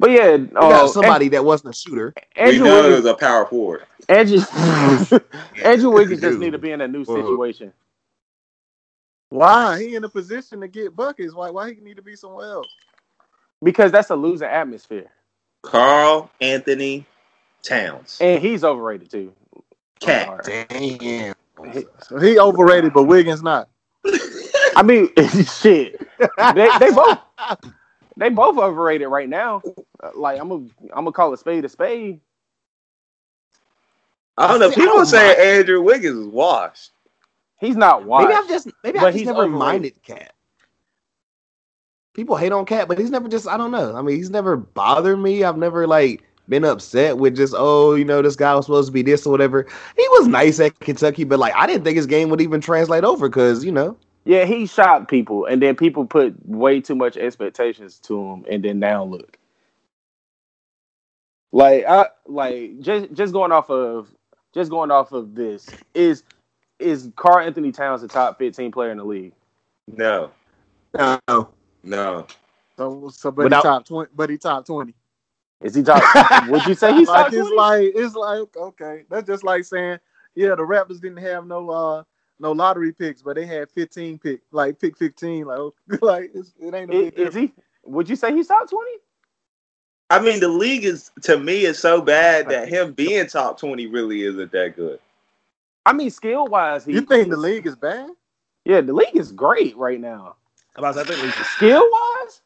S4: but yeah
S1: We got
S4: uh,
S1: somebody that wasn't a shooter.
S4: An-
S3: we
S4: andrew
S3: know it
S4: wiggins
S3: was a power forward.
S4: andrew, andrew wiggins just
S1: Dude.
S4: need to be in a new
S1: Whoa.
S4: situation
S2: Why he in a position to get buckets? Why? Why he need to be somewhere else?
S4: because that's a losing atmosphere
S3: Carl Anthony Towns.
S4: and he's overrated too
S3: Cat.
S1: Damn.
S2: So he overrated, but Wiggins not.
S4: i mean shit they, they both they both overrated right now Uh, like i'm gonna i'm gonna call a spade a spade
S3: I don't know.
S1: See, I
S4: oh
S3: People
S1: don't
S3: saying Andrew Wiggins is washed.
S4: He's not washed.
S1: Maybe I've just maybe
S4: But
S1: I've just
S4: he's
S1: never
S4: overrated.
S1: minded Cat. People hate on Cat, but he's never just I don't know. I mean, he's never bothered me. I've never like been upset with just oh you know this guy was supposed to be this or whatever. He was nice at Kentucky, but like I didn't think his game would even translate over because you know
S4: yeah, he shot people, and then people put way too much expectations to him, and then now look. Like I like just just going off of just going off of this is is Carl Anthony Towns the top fifteen player in the league?
S3: No,
S1: no.
S3: no.
S2: So, so but
S1: Without-
S2: he top twenty. But he top twenty.
S4: Is he top? would you say he's
S2: like
S4: top
S2: it's
S4: 20?
S2: like it's like okay, that's just like saying yeah, the Raptors didn't have no uh no lottery picks, but they had fifteen pick like pick fifteen like okay, like it's, it ain't a
S4: Is,
S2: big
S4: is
S2: difference.
S4: he? Would you say he's top twenty?
S3: I mean, the league is to me is so bad that him being top twenty really isn't that good.
S4: I mean, skill wise, he.
S2: You think the league is bad?
S4: Yeah, the league is great right now.
S1: About I think
S4: Skill wise,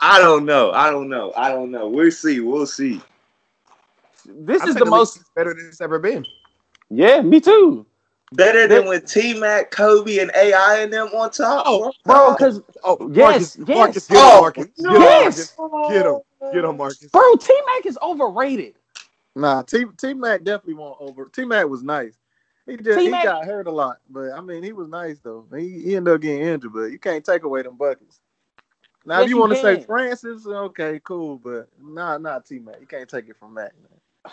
S3: I don't know. I don't know. I don't know. We'll see. We'll see.
S4: this is the most.
S1: better than it's ever been.
S4: Yeah, me too.
S3: Better
S4: They-
S3: than with T Mac, Kobe, and AI and them on top,
S1: Oh,
S4: Bro, because
S1: Oh,
S4: Yes, yes.
S1: Marcus, get
S3: Oh,
S1: him, Marcus. Get him,
S4: yes,
S1: Marcus. Get him, get him, Marcus.
S4: bro, T Mac is overrated.
S2: Nah, T T Mac definitely won't over. T Mac was nice. He just
S4: T-Mac
S2: he got hurt a lot, but I mean he was nice though. He, he ended up getting injured, but you can't take away them buckets. Now
S4: Yes,
S2: if you
S4: you
S2: want to say
S4: can.
S2: Francis, okay, cool, but nah, not T Mac. You can't take it from Mac. Man.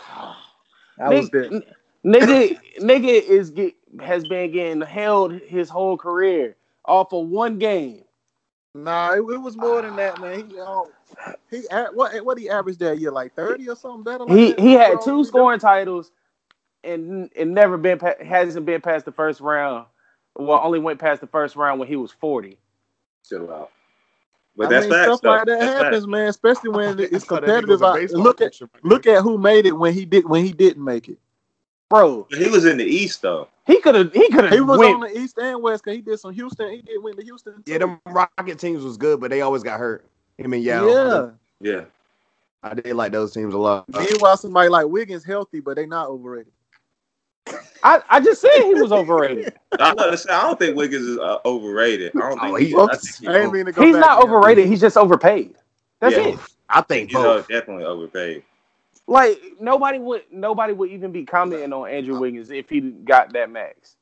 S2: I was there.
S4: Nigga, nigga, nigga is get has been getting held his whole career off of one game.
S2: Nah, it, it was more than that, man. He um, he a- what what he averaged that year like thirty or something better. Like
S4: He
S2: that?
S4: he had
S2: Bro,
S4: two scoring titles, and and never been pa- hasn't been past the first round. Well, only went past the first round when he was forty.
S3: Chill out.
S2: I
S3: But that's
S2: mean,
S3: facts,
S2: stuff
S3: though.
S2: like that
S3: That's
S2: happens, man. Especially when it's competitive. out. Look at
S1: look
S2: look at who made it when he did when he didn't make it.
S4: Bro,
S3: facts. He was in the East, though.
S4: he could have he could
S2: He
S4: have
S2: was
S4: went.
S2: on the East and West because he did some Houston. He did win the Houston. too.
S1: Yeah, them Rocket teams was good, but they always got hurt. Him and Yao.
S2: yeah.
S3: Yeah.
S1: I did like those teams a lot.
S2: Meanwhile, somebody like Wiggins healthy, but they not overrated.
S4: I, I just said he was overrated.
S3: I, know, that's- I don't think Wiggins is uh, overrated. I don't
S1: Oh,
S3: think
S1: he-
S3: he, I think he-
S2: I ain't mean to go
S4: He's
S2: back
S4: not
S2: there.
S4: overrated. He's just overpaid. That's
S3: Yeah.
S4: it.
S1: I think
S3: you know,
S1: both.
S3: definitely overpaid.
S4: Like nobody would nobody would even be commenting on Andrew Wiggins if he got that max.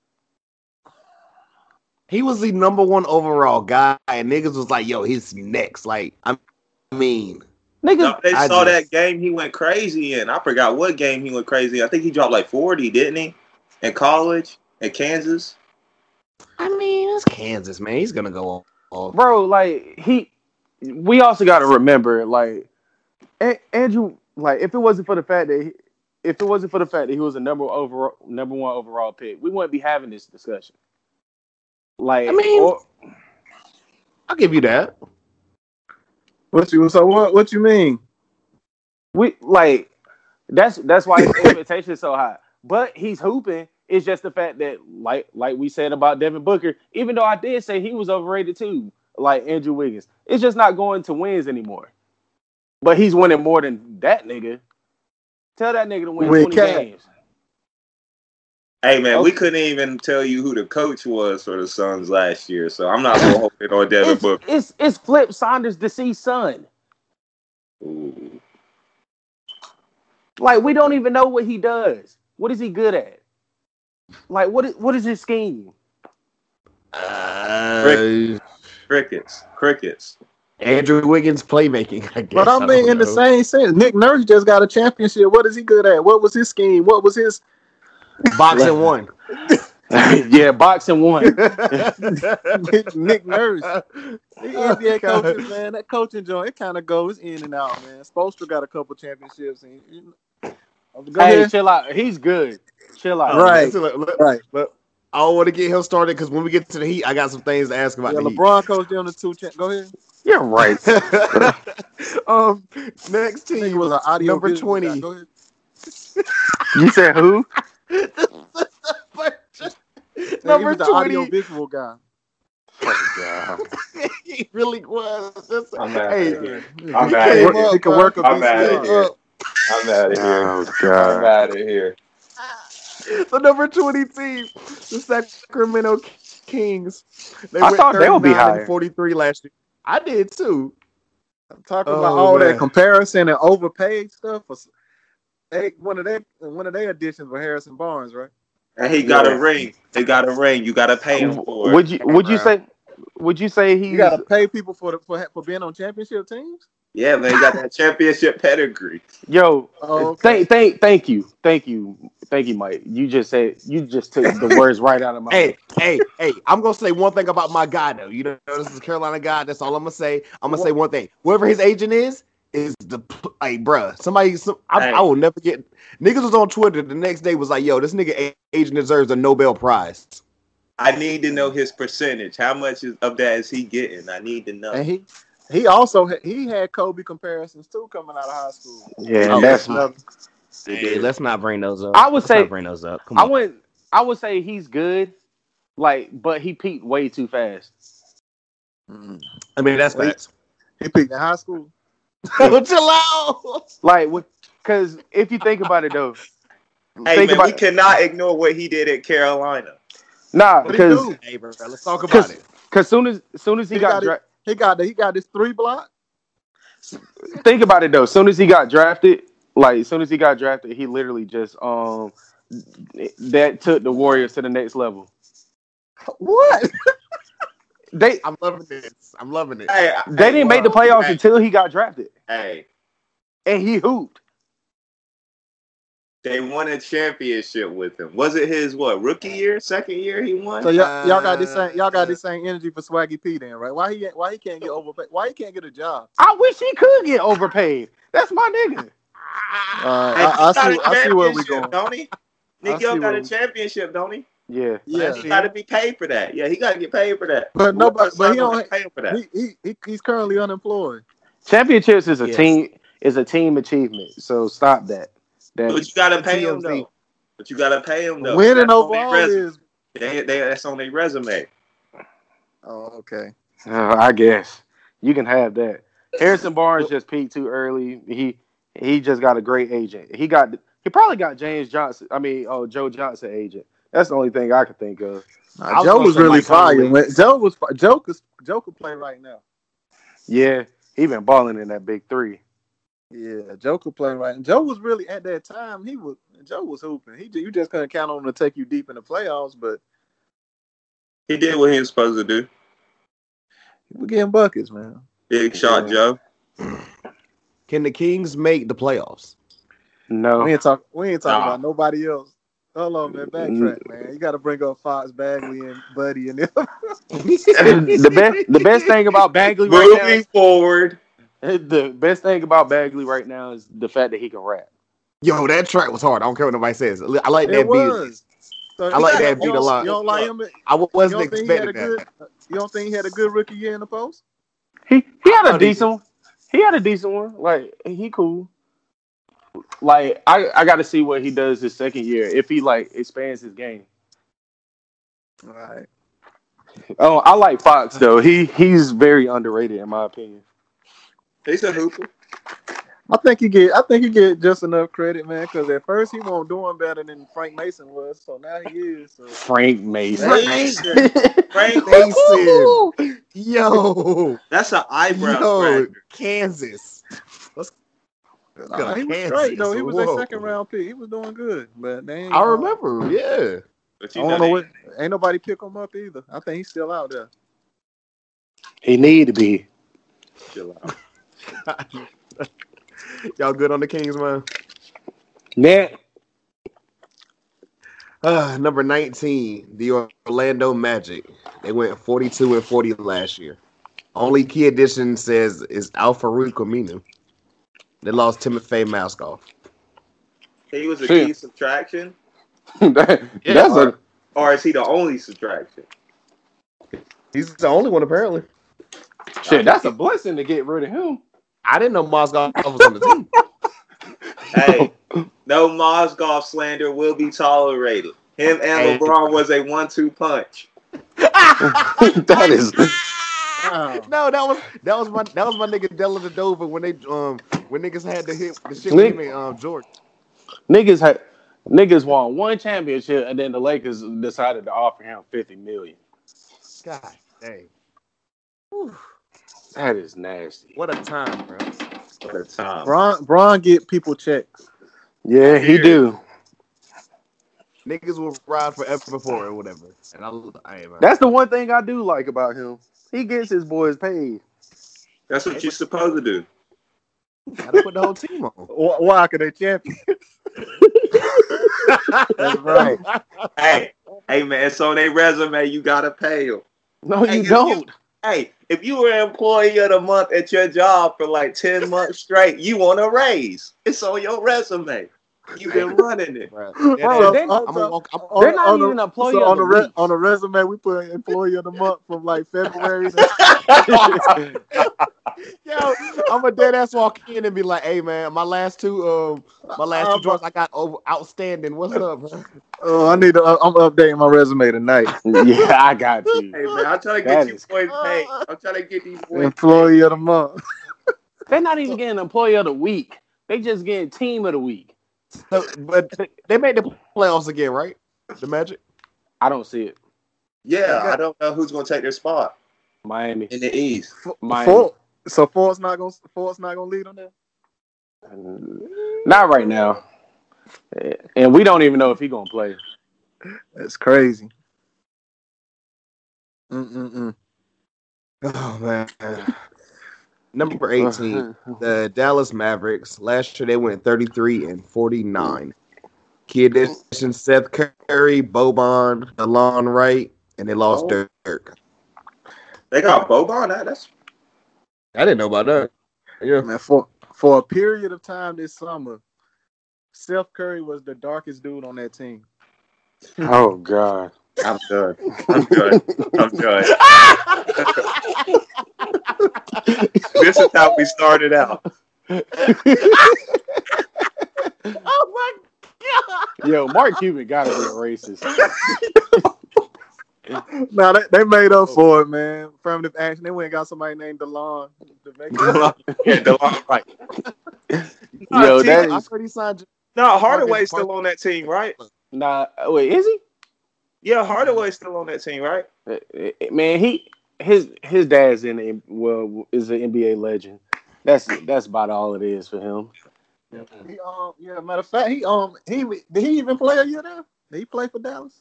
S1: He was the number one overall guy, and niggas was like, "Yo, he's next." Like, I mean,
S4: Niggas,
S3: No, they
S1: I
S3: saw
S1: just-
S3: that game he went crazy in. I forgot what game he went crazy. in. I think he dropped like forty, didn't he? In college, in Kansas.
S1: I mean, it's Kansas, man. He's gonna go off.
S4: bro, like he. We also got to remember, like A- Andrew, like if it wasn't for the fact that he, if it wasn't for the fact that he was a number overall number one overall pick, we wouldn't be having this discussion. Like,
S1: I mean-
S4: or-
S1: I'll give you that.
S2: What you so what? What you mean?
S4: we like that's that's why his expectation is so high. But he's hooping. It's just the fact that like like we said about Devin Booker, even though I did say he was overrated too, like Andrew Wiggins. It's just not going to wins anymore. But he's winning more than that nigga. Tell that nigga to win
S2: With
S4: 20
S2: Cat.
S4: games.
S3: Hey man, we
S4: Okay.
S3: couldn't even tell you who the coach was for the Suns last year, so I'm not gonna hold it on Devin
S4: It's,
S3: Booker.
S4: it's it's Flip Saunders deceased son.
S3: Ooh.
S4: Like we don't even know what he does. What is he good at? Like what is what is his scheme?
S1: Uh,
S3: Crickets, crickets.
S1: Andrew Wiggins playmaking. I guess.
S2: But I
S1: I
S2: mean,
S1: don't
S2: in the
S1: know.
S2: same sense, Nick Nurse just got a championship. What is he good at? What was his scheme? What was his?
S1: boxing one.
S4: yeah, boxing one.
S2: Nick Nurse. The NBA coaches, man, that coaching joint, it kind of goes in and out, man. Spoelstra got a couple championships. And, go
S4: hey,
S2: ahead.
S4: chill out. He's good. Chill out.
S2: Right.
S1: Listen, look, look,
S2: Right.
S1: look, I don't want to get him started because when we get to the Heat, I got some things to ask
S2: Yeah,
S1: about the Heat.
S2: LeBron coached them the two. Cha- go ahead.
S1: You're right. um, next
S2: Nigga
S1: team
S2: was an audio
S1: number
S2: visual guy.
S1: 20.
S2: Go ahead.
S4: You said who?
S2: Nigga, he
S1: number
S2: was the audio
S1: 20.
S2: visual guy.
S1: he really was. That's-
S3: I'm mad.
S1: hey,
S3: I'm
S1: he
S3: mad.
S1: came
S3: It-
S1: up,
S2: it could
S1: bro.
S2: work a
S3: I'm mad
S2: VCR.
S3: at here. I'm out of here.
S5: Oh
S2: uh,
S3: I'm
S5: god.
S3: out of here.
S1: The number 20 team, the Sacramento Kings. They
S4: I thought they would be
S1: 39 and
S4: higher.
S1: 43 last year. I did too.
S2: Talking
S1: Oh,
S2: about all
S1: man.
S2: that comparison and overpaid stuff. Was, they, one of their one of their additions was Harrison Barnes, right?
S3: And he got
S4: Yeah.
S3: a ring. They got a ring. You gotta pay him for it.
S4: Would you would you say would you say he's
S2: You got to pay people for the, for for being on championship teams.
S3: Yeah, man, he got that championship pedigree.
S4: yo
S2: Oh,
S4: thank thank thank you. Thank you. Thank you, Mike. You just said you just took the words right out of my
S1: Hey, hey, hey, I'm gonna say one thing about my guy though. You know, this is Carolina guy. That's all I'm gonna say. I'm gonna say one thing. Whoever his agent is, is the p- like, bruh. Somebody, some, I,
S3: Hey.
S1: I will never get. Niggas was on Twitter the next day was like, "Yo, this nigga a- agent deserves a Nobel Prize."
S3: I need to know his percentage. How much is, of that is he getting? I need to know.
S2: And he he also ha- he had Kobe comparisons too coming out of high school.
S4: Yeah,
S1: Oh,
S4: that's
S2: Another-
S1: Hey, let's not bring those up.
S4: I would Let's say- not
S1: bring those up. Come
S4: I wouldn't I would say he's good, like but he peaked way too fast.
S3: mm-hmm.
S1: I mean, that's
S2: Wait.
S1: facts.
S2: He peaked in high school.
S1: Chill out.
S4: Like because if you think about it though,
S3: hey,
S4: think
S3: man,
S4: about
S3: we cannot ignore what he did at Carolina.
S4: nah
S2: What he do?
S4: because
S1: Hey, bro, let's talk about
S4: Cause-
S1: it.
S4: because soon as soon as he,
S2: He got
S4: got,
S2: it.
S4: dra-
S2: He got the, he got this three block.
S4: think about it though. As soon as he got drafted, like as soon as he got drafted, he literally just um that took the Warriors to the next level.
S2: What?
S4: They
S1: I'm loving this. I'm loving it.
S3: Hey, I-
S4: they
S3: hey,
S4: didn't make the
S3: bro,
S4: playoffs
S3: Hey,
S4: until he got drafted,
S3: hey,
S4: and he hooped.
S3: they won a championship with him. Was it his what rookie year, second year he won?
S2: So y'all, y'all got this
S1: Uh,
S2: same y'all got this same energy for Swaggy P then, right? Why he why he can't get overpaid? Why he can't get a job?
S4: I wish he could get overpaid. That's my nigga.
S2: Uh,
S3: Hey,
S2: I, I
S3: he got
S2: see
S3: a
S2: I see where we
S3: championship,
S2: going.
S3: Don't he?
S2: I see
S3: Nick got
S2: where
S3: a
S2: we-
S3: championship, don't he?
S4: Yeah,
S2: Yeah,
S3: He got to be paid for that. Yeah, he got to get paid for that.
S2: But nobody- but he don't-
S3: pay for that.
S2: he, he, he he's currently unemployed.
S4: championships is a
S1: Yes.
S4: team is a team achievement. So stop that.
S3: But
S4: That
S3: you gotta pay him
S1: TMZ.
S3: though. But you gotta pay him though.
S2: Winning
S3: That's on their
S2: overall
S3: resume.
S2: is
S3: They, they, that's on their resume.
S2: oh okay.
S4: Uh, I guess you can have that. Harrison Barnes just peaked too early. He he just got a great agent. He got he probably got James Johnson. I mean, oh Joe Johnson agent. That's the only thing I could think of.
S1: I was
S2: Joe
S1: gonna
S2: was
S1: say
S2: really
S1: Mike Conley.
S2: fire. When- Joe was fi- Joe could Joe could play right now.
S4: Yeah, he been balling in that big three.
S2: Yeah, Joe could play right. And Joe was really at that time. He was Joe was hooping. He ju- you just couldn't count on him to take you deep in the playoffs. But
S3: He did what he was supposed to do.
S2: We're getting buckets, man.
S3: Big shot,
S2: Yeah.
S3: Joe.
S1: Can the Kings make the playoffs?
S4: No.
S1: Oh.
S2: We ain't talk. We ain't talking
S3: Nah.
S2: about nobody else. Hold on, man. Backtrack, man. You got to bring up Fox Bagley and Buddy and them.
S4: the best the best thing about Bagley right now
S3: Moving forward.
S4: The best thing about Bagley right now is the fact that he can rap.
S1: Yo, that track was hard. I don't care what nobody says. I like that
S2: It
S1: beat.
S2: was. So
S1: I like
S2: you
S1: that
S2: don't-
S1: beat a
S2: you don't-
S1: lot.
S2: You don't like him? You
S1: I wasn't
S2: don't think he
S1: expecting
S2: had a
S1: that.
S2: good? You don't think he had a good rookie year in the post?
S4: He he had a
S1: Thought he-
S4: decent he had a decent one. Like he cool. Like I, I gotta see what he does his second year if he like expands his game.
S2: All right.
S4: Oh, I like Fox though. He he's very underrated in my opinion.
S3: He's a hooper.
S2: I think you get. I think you get just enough credit, man. Because at first he wasn't doing better than Frank Mason was, so now he is. So.
S4: Frank Mason.
S3: Frank Mason. Frank
S1: Mason. Yo,
S3: That's an eyebrow
S1: yo,
S3: scratcher.
S1: Kansas. Let's
S2: Nah, he was
S1: Kansas,
S2: great though. He was a
S1: whoa.
S2: second round pick. He was doing good, but they ain't-
S1: I remember. Yeah.
S3: But
S2: I
S3: you know,
S2: don't know
S3: they-
S2: what. Ain't nobody pick him up either. I think he's still out there.
S4: He need to be.
S3: chill out.
S1: Y'all good on the Kings, man?
S4: Man,
S1: Uh, number 19, the Orlando Magic. They went 42 and 40 last year. Only key addition says is Al Farouk Aminu. They lost Timothy Mouskoff.
S3: He was a
S4: Shit.
S3: key subtraction,
S4: that-
S1: Yeah,
S4: that's a
S1: or-
S3: or is he the only subtraction?
S1: He's the only one, apparently.
S4: shit, that's a blessing to get rid of him.
S1: I didn't know Mozgov was on the team.
S3: Hey, no Mozgov slander will be tolerated. Him
S1: Hey.
S3: and LeBron was a one-two punch.
S4: that is
S1: no, that was that was my that was my nigga Della the Dover when they um when niggas had to hit the shit with him and um George.
S4: niggas had niggas won one championship and then the Lakers decided to offer him fifty million.
S1: God dang.
S4: That is nasty.
S1: What a time, bro.
S3: What a time.
S2: Bron, Bron get people checks.
S4: Yeah, he do.
S1: Niggas will ride forever for it, whatever. And I, I ain't
S4: That's the one thing I do like about him. He gets his boys paid.
S3: That's what you're supposed to do.
S1: gotta put the whole team on.
S2: Why, why could they champion?
S1: That's
S2: right.
S3: Hey, hey, man. So they resume, you gotta pay him.
S4: No,
S3: Hey,
S4: you
S3: if
S4: don't.
S3: Hey, if you were employee of the month at your job for like ten months straight, you want a raise. It's on your resume. You've been running it.
S4: Bro, they-
S1: I'm gonna walk. I'm,
S4: They're not even an employee
S2: so
S4: of
S2: on
S4: the
S2: the re-
S4: week.
S2: on the resume. We put employee of the month from like February.
S1: yo, I'm a dead ass walk in and be like, "Hey, man, my last two, um, my last two
S2: I'm-
S1: drawings I got over outstanding. What's up?" bro?"
S2: oh, I need to. I'm updating my resume tonight.
S4: yeah, I got you.
S3: Hey man, I'm trying to
S4: That
S3: get you
S4: is-
S3: boys paid. I'm trying to get these boys.
S2: Employee of the month.
S4: They're not even getting employee of the week. They just getting team of the week.
S1: So, but they made the playoffs again, right? The Magic.
S4: I don't see it.
S3: Yeah, I don't know who's gonna take their spot
S4: Miami.
S3: in the East.
S4: Miami.
S2: Ford, so Ford's not gonna Ford's not gonna lead on that.
S4: Not right now. And we don't even know if he gonna play.
S2: That's crazy. Mm-mm-mm.
S1: Oh man. Number 18, the Dallas Mavericks. Last year they went 33 and 49. Key addition Seth Curry, Boban, DeLon Wright, and they lost
S3: Oh.
S1: Dirk.
S3: They got Boban. That, that's
S1: I didn't know about that. Yeah.
S2: Man, for for a period of time this summer, Seth Curry was the darkest dude on that team.
S4: Oh God.
S3: I'm good. I'm good. I'm good. this is how we started out.
S1: Oh
S4: Yo, Mark Cuban gotta be a racist.
S2: Now they, they made
S1: Oh.
S2: up for it, man. Affirmative action. They went and got somebody named DeLon. to make it up.
S3: yeah, DeLon Wright.
S1: my
S4: Yo,
S1: God.
S4: that
S1: I
S4: is
S1: heard he signed
S3: No, Hardaway's still on that team, right?
S4: nah. Wait, is he?
S3: Yeah, Hardaway's still on that team, right?
S4: Uh, uh, Man, he his his dad's in the, well is an NBA legend. That's that's about all it is for him.
S1: Hmm.
S2: He, um, yeah, matter of fact, he um he did he even play a year there? Did he play for Dallas?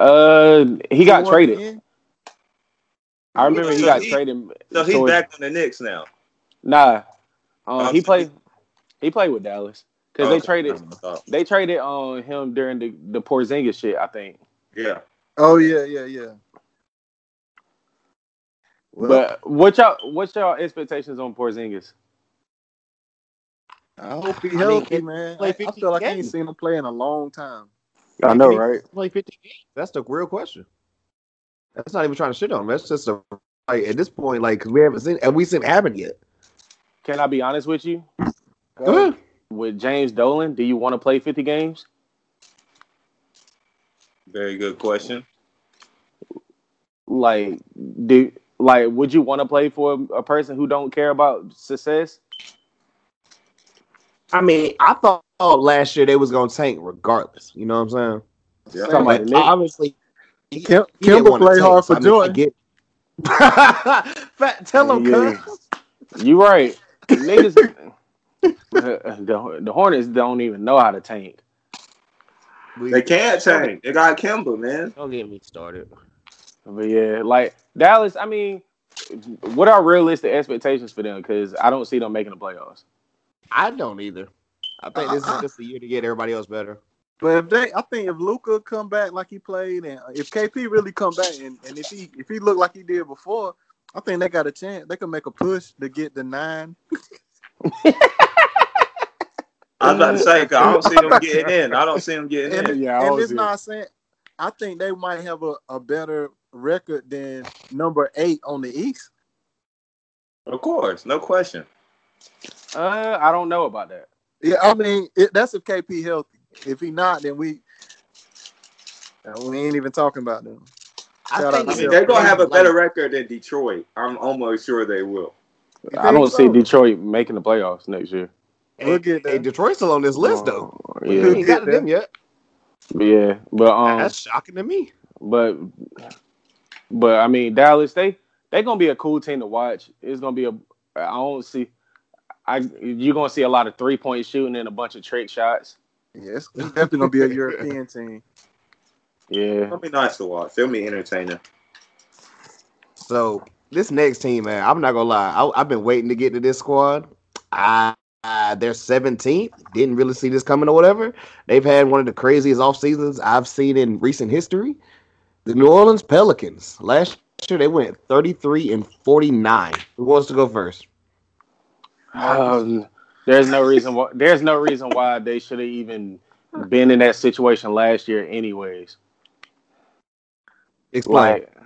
S4: Uh, he got
S2: Who won
S4: traded.
S2: again?
S4: I remember he
S3: So
S4: got
S3: he-
S4: traded.
S3: So he's
S4: towards-
S3: back on the Knicks now.
S4: Nah, um,
S3: Oh,
S4: he
S3: so
S4: played. He played with Dallas because they
S3: Okay.
S4: traded.
S3: Oh,
S4: They traded on him during the the Porzingis shit. I think,
S3: yeah.
S2: Oh yeah, yeah, yeah. Well,
S4: but what y'all what's y'all expectations on Porzingis?
S2: I hope he
S6: I mean,
S2: healthy,
S6: it-
S2: man.
S6: play
S2: I, I
S6: 50
S2: feel like I ain't
S6: games.
S2: seen him play in a long time.
S4: I know, right?
S6: Play 50 games.
S1: That's the real question. That's not even trying to shit on him. That's just a like at this point, like 'cause we haven't seen and we seen it happen yet.
S4: Can I be honest with you?
S1: Go ahead.
S4: With James Dolan, do you want to play fifty games?
S3: Very good question.
S4: Like, do like would you want to play for a person who don't care about success?
S1: I mean, I thought last year they was gonna tank regardless. You know what I'm saying?
S3: Yeah.
S4: Talking about
S1: But
S4: the Knicks.
S1: obviously, he- he
S2: Kim,
S1: didn't
S2: Kimber
S1: wanna
S2: played
S1: tank,
S2: hard
S1: so I
S2: for
S1: mean, I
S2: Jordan.
S1: get- Fat, tell him,
S4: Yeah.
S1: cuz.
S4: You right. Niggas the, the Hornets don't even know how to tank.
S3: They can't change. They got Kimba, man.
S6: Don't get me started.
S4: But yeah, like Dallas, I mean, what are realistic expectations for them? Because I don't see them making the playoffs.
S1: I don't either. I think this is just a year to get everybody else better.
S2: But if they, I think if Luca come back like he played, and if KP really come back, and, and if he if he looked like he did before, I think they got a chance. They can make a push to get the nine.
S3: I was about to say, 'cause I don't see them getting in. I don't see them getting
S2: And,
S3: in.
S4: Yeah, I
S2: and
S4: always
S2: it's
S4: do.
S2: not saying. I think they might have a, a better record than number eight on the East.
S3: Of course, no question.
S4: Uh, I don't know about that.
S2: Yeah, I mean it, that's if KP healthy. If he not, then we we ain't even talking about them. Shout out
S1: think
S2: to
S3: I mean,
S2: Phil.
S3: they're gonna have a better record than Detroit. I'm almost sure they will.
S4: I don't see
S2: so?
S4: Detroit making the playoffs next year.
S2: Look at
S1: Hey,
S2: that.
S1: Detroit's still on this list though. We
S4: Yeah,
S1: ain't got to them yet.
S4: but Uh, yeah, but um,
S1: That's shocking to me.
S4: but but I mean, Dallas, they they gonna be a cool team to watch. It's gonna be a. I don't see. I you're gonna see a lot of three point shooting and a bunch of trick shots.
S2: Yes, it's definitely gonna be a European team.
S4: Yeah,
S3: It'll be nice to watch. They'll be entertaining.
S1: So this next team, man, I'm not gonna lie. I, I've been waiting to get to this squad. I, I they're 17th. Didn't really see this coming or whatever. They've had one of the craziest off seasons I've seen in recent history. The New Orleans Pelicans. Last year they went 33 and 49. Who wants to go first?
S4: Um, there's no reason why. There's no reason why they should have even been in that situation last year, anyways.
S1: Explain.
S4: Like,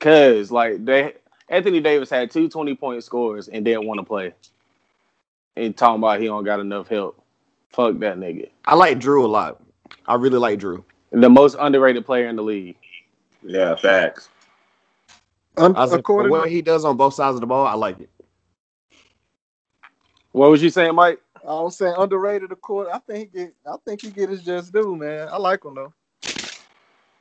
S4: cause like they Anthony Davis had two 20 point scores and didn't want to play, and talking about he don't got enough help. Fuck that nigga.
S1: I like Drew a lot. I really like Drew.
S4: The most underrated player in the league.
S3: Yeah, facts.
S2: Un-
S1: I was like, for
S2: according,
S1: what he does on both sides of the ball, I like it.
S4: What was you saying, Mike?
S2: I was saying underrated. According, I think he get, I think he get his just due, man. I like him though.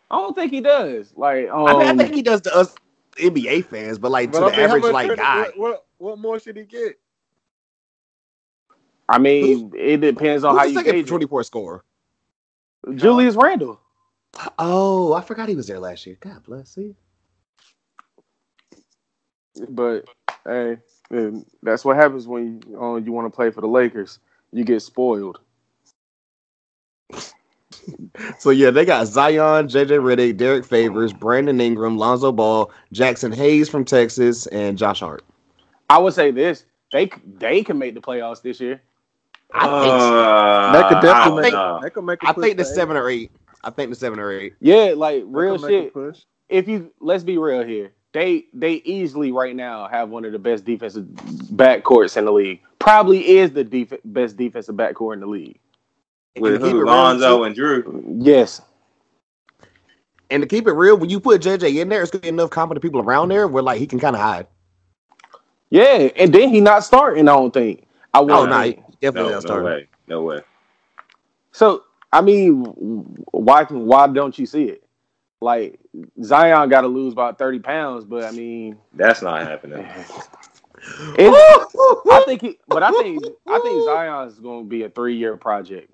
S4: I don't think he does. Like, um,
S1: I, mean, I think he does to us NBA fans, but like to
S2: But I
S1: the
S2: mean, how
S1: average
S2: much
S1: like
S2: credit-
S1: guy.
S2: What, what what more should he get?
S4: it depends on
S1: Who's
S4: how
S1: the
S4: you
S1: second
S4: gauge
S1: 24 scorer?
S4: it. Julius Randle.
S1: Oh, I forgot he was there last year. God bless you.
S4: But hey, man, that's what happens when you, uh, you want to play for the Lakers. You get spoiled.
S1: So yeah, they got Zion, JJ Redick, Derek Favors, Brandon Ingram, Lonzo Ball, Jackson Hayes from Texas, and Josh Hart.
S4: I would say this: they c- they can make the playoffs this year.
S1: I think
S3: Uh,
S1: so.
S2: That could definitely
S3: I
S2: make.
S3: don't know.
S2: that could make. a
S1: I
S2: push
S1: think the
S2: for eight.
S1: seven or eight. I think the seven or eight.
S4: Yeah, like
S2: That
S4: real
S2: could make a
S4: shit.
S2: push.
S4: If you let's be real here, they they easily right now have one of the best defensive backcourts in the league. Probably is the def- best defensive backcourt in the league.
S3: With
S1: keep it
S3: who?
S1: real,
S3: Lonzo
S1: too.
S3: and Drew.
S4: Yes,
S1: And to keep it real, when you put JJ in there, it's gonna be enough competent people around there where like he can kind of hide.
S4: yeah, and then he not starting. I don't think. I would.
S1: Oh
S4: Oh,
S1: no, he definitely
S3: No,
S1: not
S3: no
S1: starting.
S3: way. No way.
S4: So I mean, why why don't you see it? Like Zion got to lose about thirty pounds, but I mean,
S3: That's not happening.
S4: it's, I think. He, but I think I think Zion's going to be a three year project.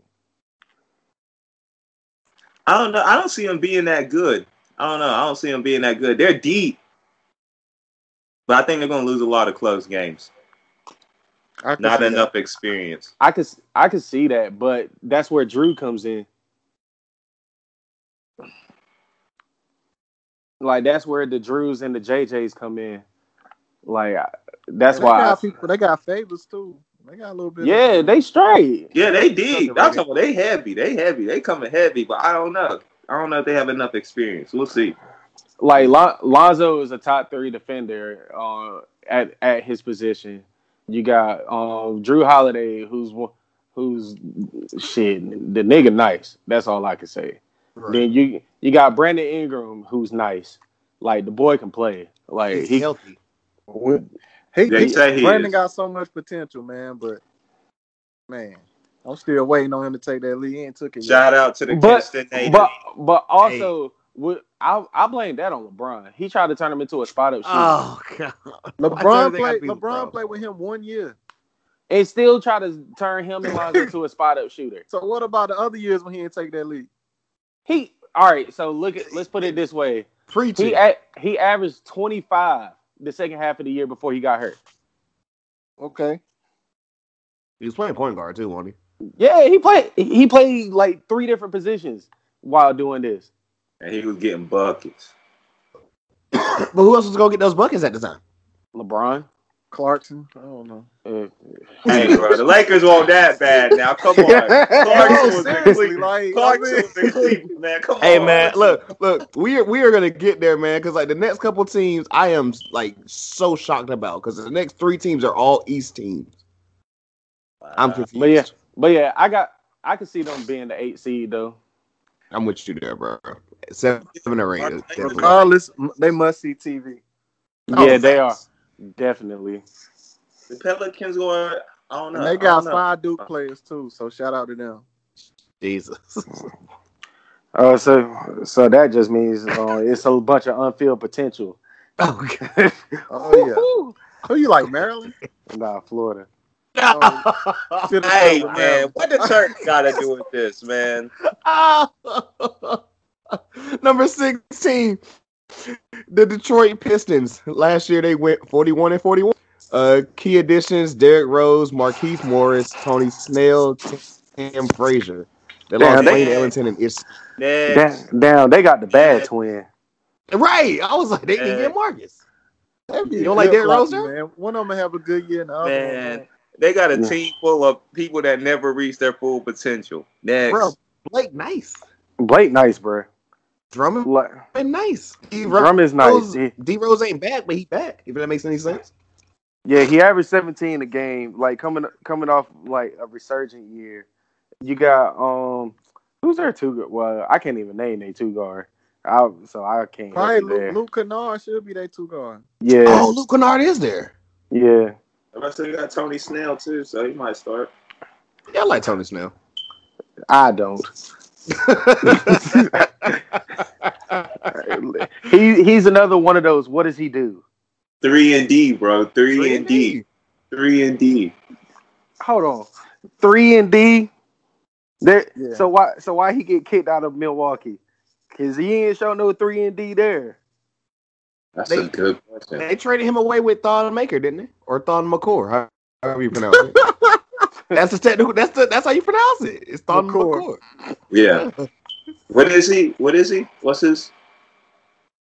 S3: I don't know. I don't see them being that good. I don't know. I don't see them being that good. They're deep, but I think they're going to lose a lot of close games.
S2: I can
S3: Not
S2: see
S3: enough experience.
S4: I could I could see that, but that's where Drew comes in. Like that's where the Drews and the JJs come in. Like I-
S2: that.
S4: that's
S2: They
S4: why.
S2: got people. They got favors too. They got a little bit.
S4: I- yeah,
S2: of,
S4: they straight.
S3: Yeah, they deep. I'm talking. about They heavy. They heavy. They coming heavy, but I don't know. I don't know if they have enough experience. We'll see.
S4: Like Lon- Lonzo is a top three defender uh, at at his position. You got um, Drew Holiday, who's one- who's shit. The nigga nice. That's all I can say. Then you you got Brandon Ingram, who's nice. Like the boy can play. Like
S1: He's
S4: he,
S1: healthy.
S2: He,
S3: They
S2: he-
S3: say he
S2: Brandon
S3: is.
S2: got so much potential, man. But man, I'm still waiting on him to take that lead. He ain't took it. yet.
S3: Shout out to the
S4: But-
S3: Kingston Natives.
S4: but but also with, I I blame that on LeBron. He tried to turn him into a spot up shooter
S1: Oh god.
S2: LeBron
S1: Why do
S2: played.
S1: they gotta be
S2: LeBron
S1: LeBron?
S2: played with him one year.
S4: and still try to turn him and Lonzo to a spot up shooter.
S2: So what about the other years when he didn't take that lead?
S4: He all right. So look at let's put it this way.
S1: Preaching.
S4: He a, he averaged twenty five the second half of the year before he got hurt.
S2: Okay.
S7: He was playing point guard too, wasn't
S4: Yeah, he played he played like three different positions while doing this.
S3: and he was getting buckets.
S7: he? But who else was gonna get those buckets at the time?
S4: LeBron.
S2: Clarkson. I don't know.
S4: Uh,
S3: Hey, bro, the Lakers won't that bad now. Come on. Clarkson
S2: No,
S3: was in
S2: seriously,
S3: Cleveland.
S2: Oh, like I
S3: Clarkson
S2: mean-
S3: was in Cleveland, man. Come
S7: Hey
S3: on.
S7: man, look, look, we are we are gonna get there, man. Because like the next couple teams, I am like so shocked about because the next three teams are all East teams. I'm
S3: Wow.
S7: confused.
S4: but yeah, but yeah, I got I could see them being the eight seed though.
S7: I'm with you there, bro. Seven or eight. is definitely-
S2: Regardless, m- they must see TV.
S1: Oh,
S4: yeah, they are definitely.
S3: The Pelicans going. I don't know.
S2: And they
S3: I
S2: got
S3: don't know.
S2: five Duke players too, so shout out to them.
S7: Jesus.
S4: Oh, so so that just means uh, it's a bunch of unfilled potential.
S7: oh God.
S2: Oh yeah. Who you like, Maryland?
S4: Nah, Florida.
S2: Oh, should've
S3: Hey
S2: went with
S3: man,
S2: Maryland.
S3: what the Turk got to do with this, man?
S7: Number 16, the Detroit Pistons. Last year they went 41 and 41. Uh, key additions Derrick Rose, Markeith Morris, Tony Snell, Tim Frazier. They
S4: Damn,
S7: lost
S4: they-
S7: Wayne Ellington and Ish.
S3: Next.
S4: Down, down, they got the bad twin.
S7: Right. I was like, they didn't get Marcus.
S2: That'd
S7: You don't like Derrick
S2: good luck,
S7: Rose, there?
S2: man. One of them have a good year, and the other
S3: Man.
S2: one,
S3: They got a
S4: Yeah.
S3: team full of people that never reach their full potential. Next.
S7: Bro, Blake, nice.
S4: Blake, nice, bro.
S7: Drummond,
S4: Like,
S7: nice. D Rose,
S4: Drum is nice. He-
S7: D Rose ain't back, but he back. If that makes any sense.
S4: yeah, he averaged 17 a game. Like coming coming off like a resurgent year. You got um, who's their two? gu- Well, I can't even name their two guard. I so I can't. help
S2: probably
S4: you there.
S2: Luke, Luke Kennard should be their two guard.
S4: Yeah,
S7: Oh, Luke Kennard is there.
S4: yeah.
S3: The rest of them got Tony Snell too, so he might start.
S7: Yeah, I like Tony Snell.
S4: I don't. he he's another one of those. What does he do?
S3: Three and D, bro. Three, and D. Three and D.
S4: Hold on, three and D. There.
S2: Yeah.
S4: So why so why he get kicked out of Milwaukee? Cause he ain't show no three and D there.
S3: That's
S7: They-
S3: a good question.
S7: They traded him away with Thon Maker, didn't they? Or Thon McCord, how- however you pronounce it. that's the technical. That's the that's how you pronounce it. It's Thon McCord.
S2: McCord.
S3: Yeah. What is he? What is he? What's his?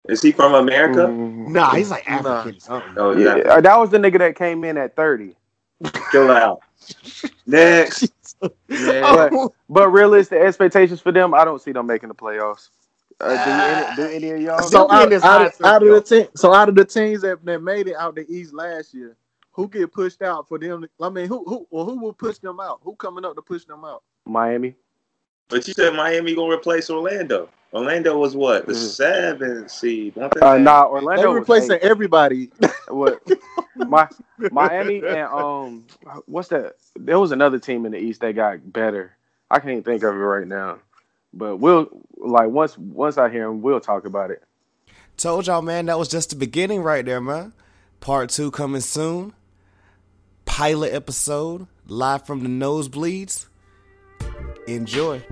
S3: Is he from America?
S4: Mm.
S7: Nah, he's like
S2: Nah.
S7: African. or something.
S3: Oh, yeah.
S4: Yeah, Uh, that was the nigga that came in at thirty.
S3: Chill out. Next. Yeah.
S7: Oh,
S4: But realistic expectations for them, I don't see them making the playoffs. Uh, do, any, do any of y'all?
S7: So- They'll
S2: So
S7: be in
S2: out,
S7: this
S2: out,
S7: hot
S2: of- out of the
S7: circle.
S2: team, so out of the teams that, that made it out the East last year, who get pushed out for them? to- I mean, who who well, who will push them out? Who coming up to push them out?
S4: Miami.
S3: But you said Miami gonna replace Orlando. Orlando was what the
S4: Mhm.
S3: seventh seed. Weren't they?
S4: Uh, nah,
S2: They
S4: Orlando. was
S2: replacing
S4: eight.
S2: everybody.
S4: What? My, Miami and um, what's that? There was another team in the East that got better. I can't think of it right now, but we'll like once once I hear him, we'll talk about it.
S1: Told y'all, man, that was just the beginning right there, man. Part two coming soon. Pilot episode, live from the nosebleeds. Enjoy.